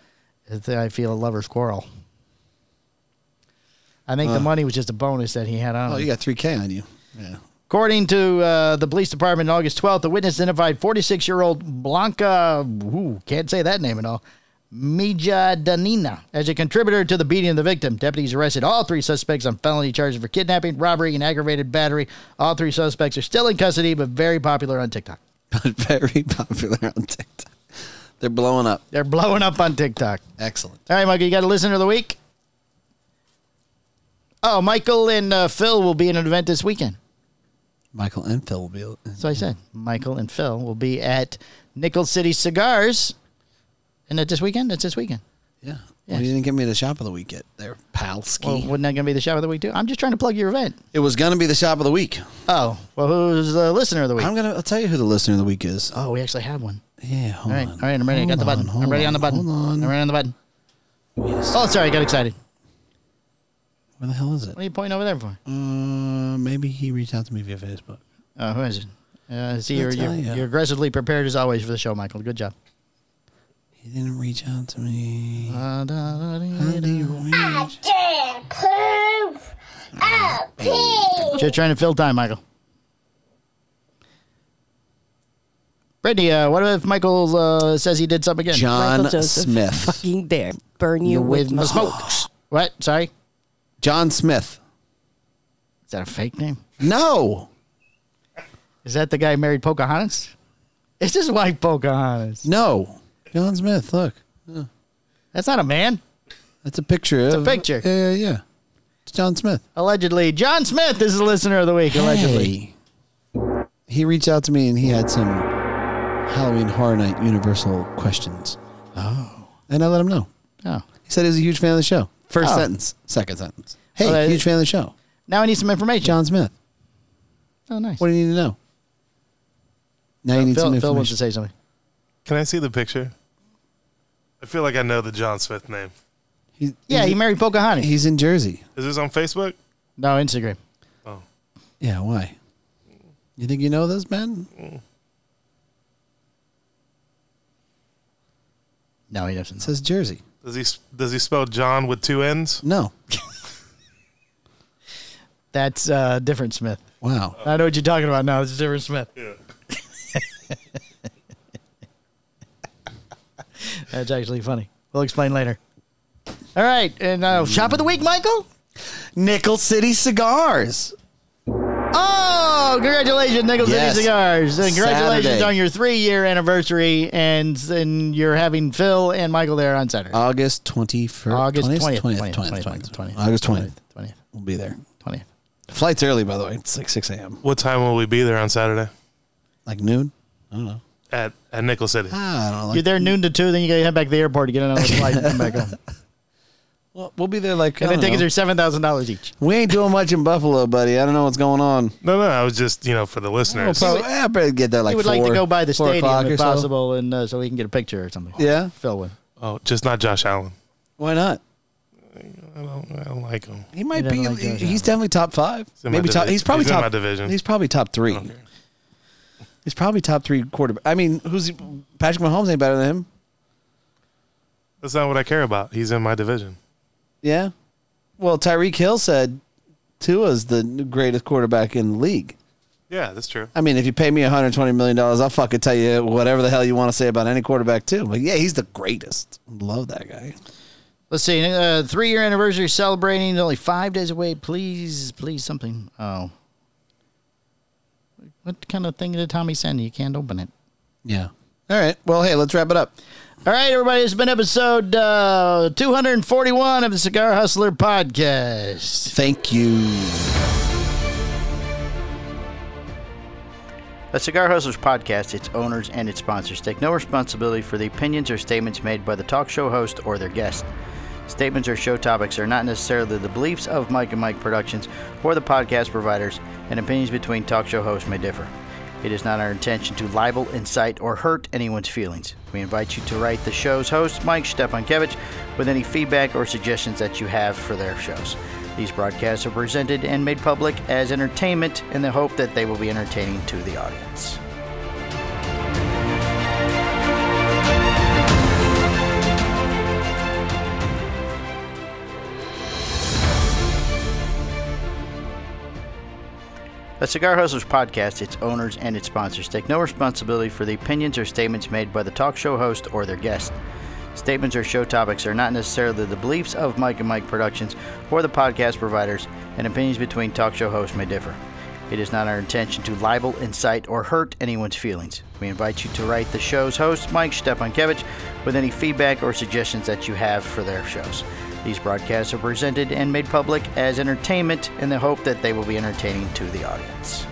S2: I think I feel a lover's quarrel. I think the money was just a bonus that he had on.
S3: Uh. Oh,
S2: him.
S3: you got three K on you. Yeah.
S2: According to uh, the police department, on August 12th, the witness identified 46 year old Blanca, ooh, can't say that name at all, Mijadanina, as a contributor to the beating of the victim. Deputies arrested all three suspects on felony charges for kidnapping, robbery, and aggravated battery. All three suspects are still in custody, but very popular on TikTok.
S3: Very popular on TikTok. They're blowing up.
S2: They're blowing up on TikTok.
S3: Excellent.
S2: All right, Michael, you got a listener of the week? Oh, Michael and uh, Phil will be in an event this weekend.
S3: Michael and Phil will be.
S2: So I said, Michael and Phil will be at Nickel City Cigars. And that this weekend? That's this weekend.
S3: Yeah.
S2: Yes.
S3: Well, you didn't give me the shop of the week yet. There, Palski.
S2: Well, wasn't that going to be the shop of the week, too? I'm just trying to plug your event.
S3: it was gonna be the shop of the week.
S2: Oh, well, who's the listener of the week?
S3: I'm gonna. I'll tell you who the listener of the week is.
S2: oh, we actually have one.
S3: Yeah. Hold
S2: All right,
S3: on.
S2: all right, I'm ready. I got the
S3: Hold
S2: button.
S3: on,
S2: I'm ready on the
S3: hold
S2: button.
S3: on,
S2: I'm
S3: Hold on.
S2: ready on the button. Oh, sorry, I got excited.
S3: Where the hell is it?
S2: What are you pointing over there for?
S3: Uh, maybe he reached out to me via Facebook.
S2: Oh, who is it? Uh, see, you're,
S3: I'll
S2: you're,
S3: tell ya.
S2: you're aggressively prepared as always for the show, Michael. Good job.
S3: He didn't reach out to me.
S2: Uh, da, da,
S3: How
S2: da,
S3: do
S2: da.
S3: you reach?
S6: Dad, poof, oh, pee.
S2: Just trying to fill time, Michael. Brittany, uh, what if Michael uh, says he did something again?
S3: John
S7: Michael Joseph.
S3: Smith.
S7: Fucking dare burn you
S2: You're
S7: with
S2: with the
S7: my
S2: smokes. What? Sorry? Is
S3: John Smith.
S2: that a fake name?
S3: No.
S2: Is that the guy who married Pocahontas? Is his wife Pocahontas?
S3: No. John Smith. Look,
S2: That's not a man.
S3: that's a picture. It's
S2: a picture.
S3: Yeah, yeah, yeah. It's John Smith.
S2: Allegedly, John Smith is the listener of the week. Allegedly,
S3: Hey. He reached out to me and he had some Halloween Horror Night Universal questions. Oh. And I let him know.
S2: oh.
S3: He said he was a huge fan of the show. First
S2: Oh.
S3: sentence, second sentence. Hey,
S2: Oh, that-
S3: huge fan of the show.
S2: Now I need some information.
S3: John Smith.
S2: oh, nice.
S3: What do you need to know? Now you
S2: Phil,
S3: need some
S2: Phil wants
S3: information.
S2: to say something.
S1: Can I see the picture? I feel like I know the John Smith name.
S3: He-
S2: Yeah, he
S3: he's,
S2: married Pocahontas.
S3: he's in Jersey.
S1: Is this on Facebook?
S2: no, Instagram.
S1: Oh,
S3: Yeah, why? You think you know this, Ben?
S2: No, he doesn't.
S3: It says Jersey.
S1: does he does he spell John with two N's?
S3: No.
S2: That's uh, different Smith.
S3: Wow.
S2: I know what you're talking about now. This is different Smith.
S1: Yeah.
S2: That's actually funny. We'll explain later. All right, and uh, shop of the week, Michael.
S3: Nickel City Cigars.
S2: Oh, congratulations, Nickel
S3: Yes.
S2: City Cigars! And Congratulations
S3: Saturday.
S2: on your three-year anniversary, and and you're having Phil and Michael there on Saturday,
S3: August 21st.
S2: August
S3: 20th,
S2: 20th,
S3: 20th, 20th, 20th, August 20th.
S2: twentieth,
S3: We'll be there.
S2: twentieth.
S3: Flight's early, by the way. It's like 6 a.m.
S1: What time will we be there on Saturday?
S3: Like noon? I don't know.
S1: At at Nickel City.
S3: Ah, I don't know.
S2: You're
S3: Like,
S2: there noon to two, then you gotta head back to the airport to get another flight and come back home.
S3: well, we'll be there like. I
S2: And the
S3: don't
S2: tickets
S3: know.
S2: are seven thousand dollars each.
S3: we ain't doing much in Buffalo, buddy. I don't know what's going on.
S1: No, no, I was just you know for the
S3: We'll
S1: listeners.
S3: Oh, probably, I better get there like
S2: He would
S3: four,
S2: like to go by the
S3: four o'clock
S2: stadium
S3: or
S2: if
S3: so.
S2: possible, and uh, so we can get a picture or something.
S3: Yeah.
S2: Phil would.
S1: oh, just not Josh Allen.
S3: Why not?
S1: I don't, I don't like him.
S3: He might
S2: He
S3: be.
S2: doesn't like Josh
S3: he's definitely top five.
S1: in my
S3: Maybe top.
S1: divi-
S3: He's probably
S1: he's in
S3: top.
S1: my division.
S3: He's probably top three.
S1: don't care.
S3: He's probably top three quarterback. I mean, who's Patrick Mahomes ain't better than him?
S1: That's not what I care about. He's in my division.
S3: Yeah. Well, Tyreek Hill said Tua's the greatest quarterback in the league.
S1: Yeah, that's true.
S3: I mean, if you pay me 120 million dollars, I'll fucking tell you whatever the hell you want to say about any quarterback too. But yeah, he's the greatest. Love that guy.
S2: Let's see. Uh, three year anniversary celebrating only five days away. Please, please, something. Oh. What kind of thing did Tommy send? You can't open it.
S3: Yeah. All right. Well, hey, let's wrap it up.
S2: All right, everybody. It's been episode uh, 241 of the Cigar Hustler podcast.
S3: Thank you.
S2: The Cigar Hustlers podcast, its owners, and its sponsors take no responsibility for the opinions or statements made by the talk show host or their guest. Statements or show topics are not necessarily the beliefs of Mike and Mike Productions or the podcast providers, and opinions between talk show hosts may differ. It is not our intention to libel, incite, or hurt anyone's feelings. We invite you to write the show's host, Mike Stepankevich, with any feedback or suggestions that you have for their shows. These broadcasts are presented and made public as entertainment in the hope that they will be entertaining to the audience. The Cigar Hustlers podcast, its owners, and its sponsors take no responsibility for the opinions or statements made by the talk show host or their guest. Statements or show topics are not necessarily the beliefs of Mike and Mike Productions or the podcast providers, and opinions between talk show hosts may differ. It is not our intention to libel, incite, or hurt anyone's feelings. We invite you to write the show's host, Mike Stepankevich, with any feedback or suggestions that you have for their shows. These broadcasts are presented and made public as entertainment in the hope that they will be entertaining to the audience.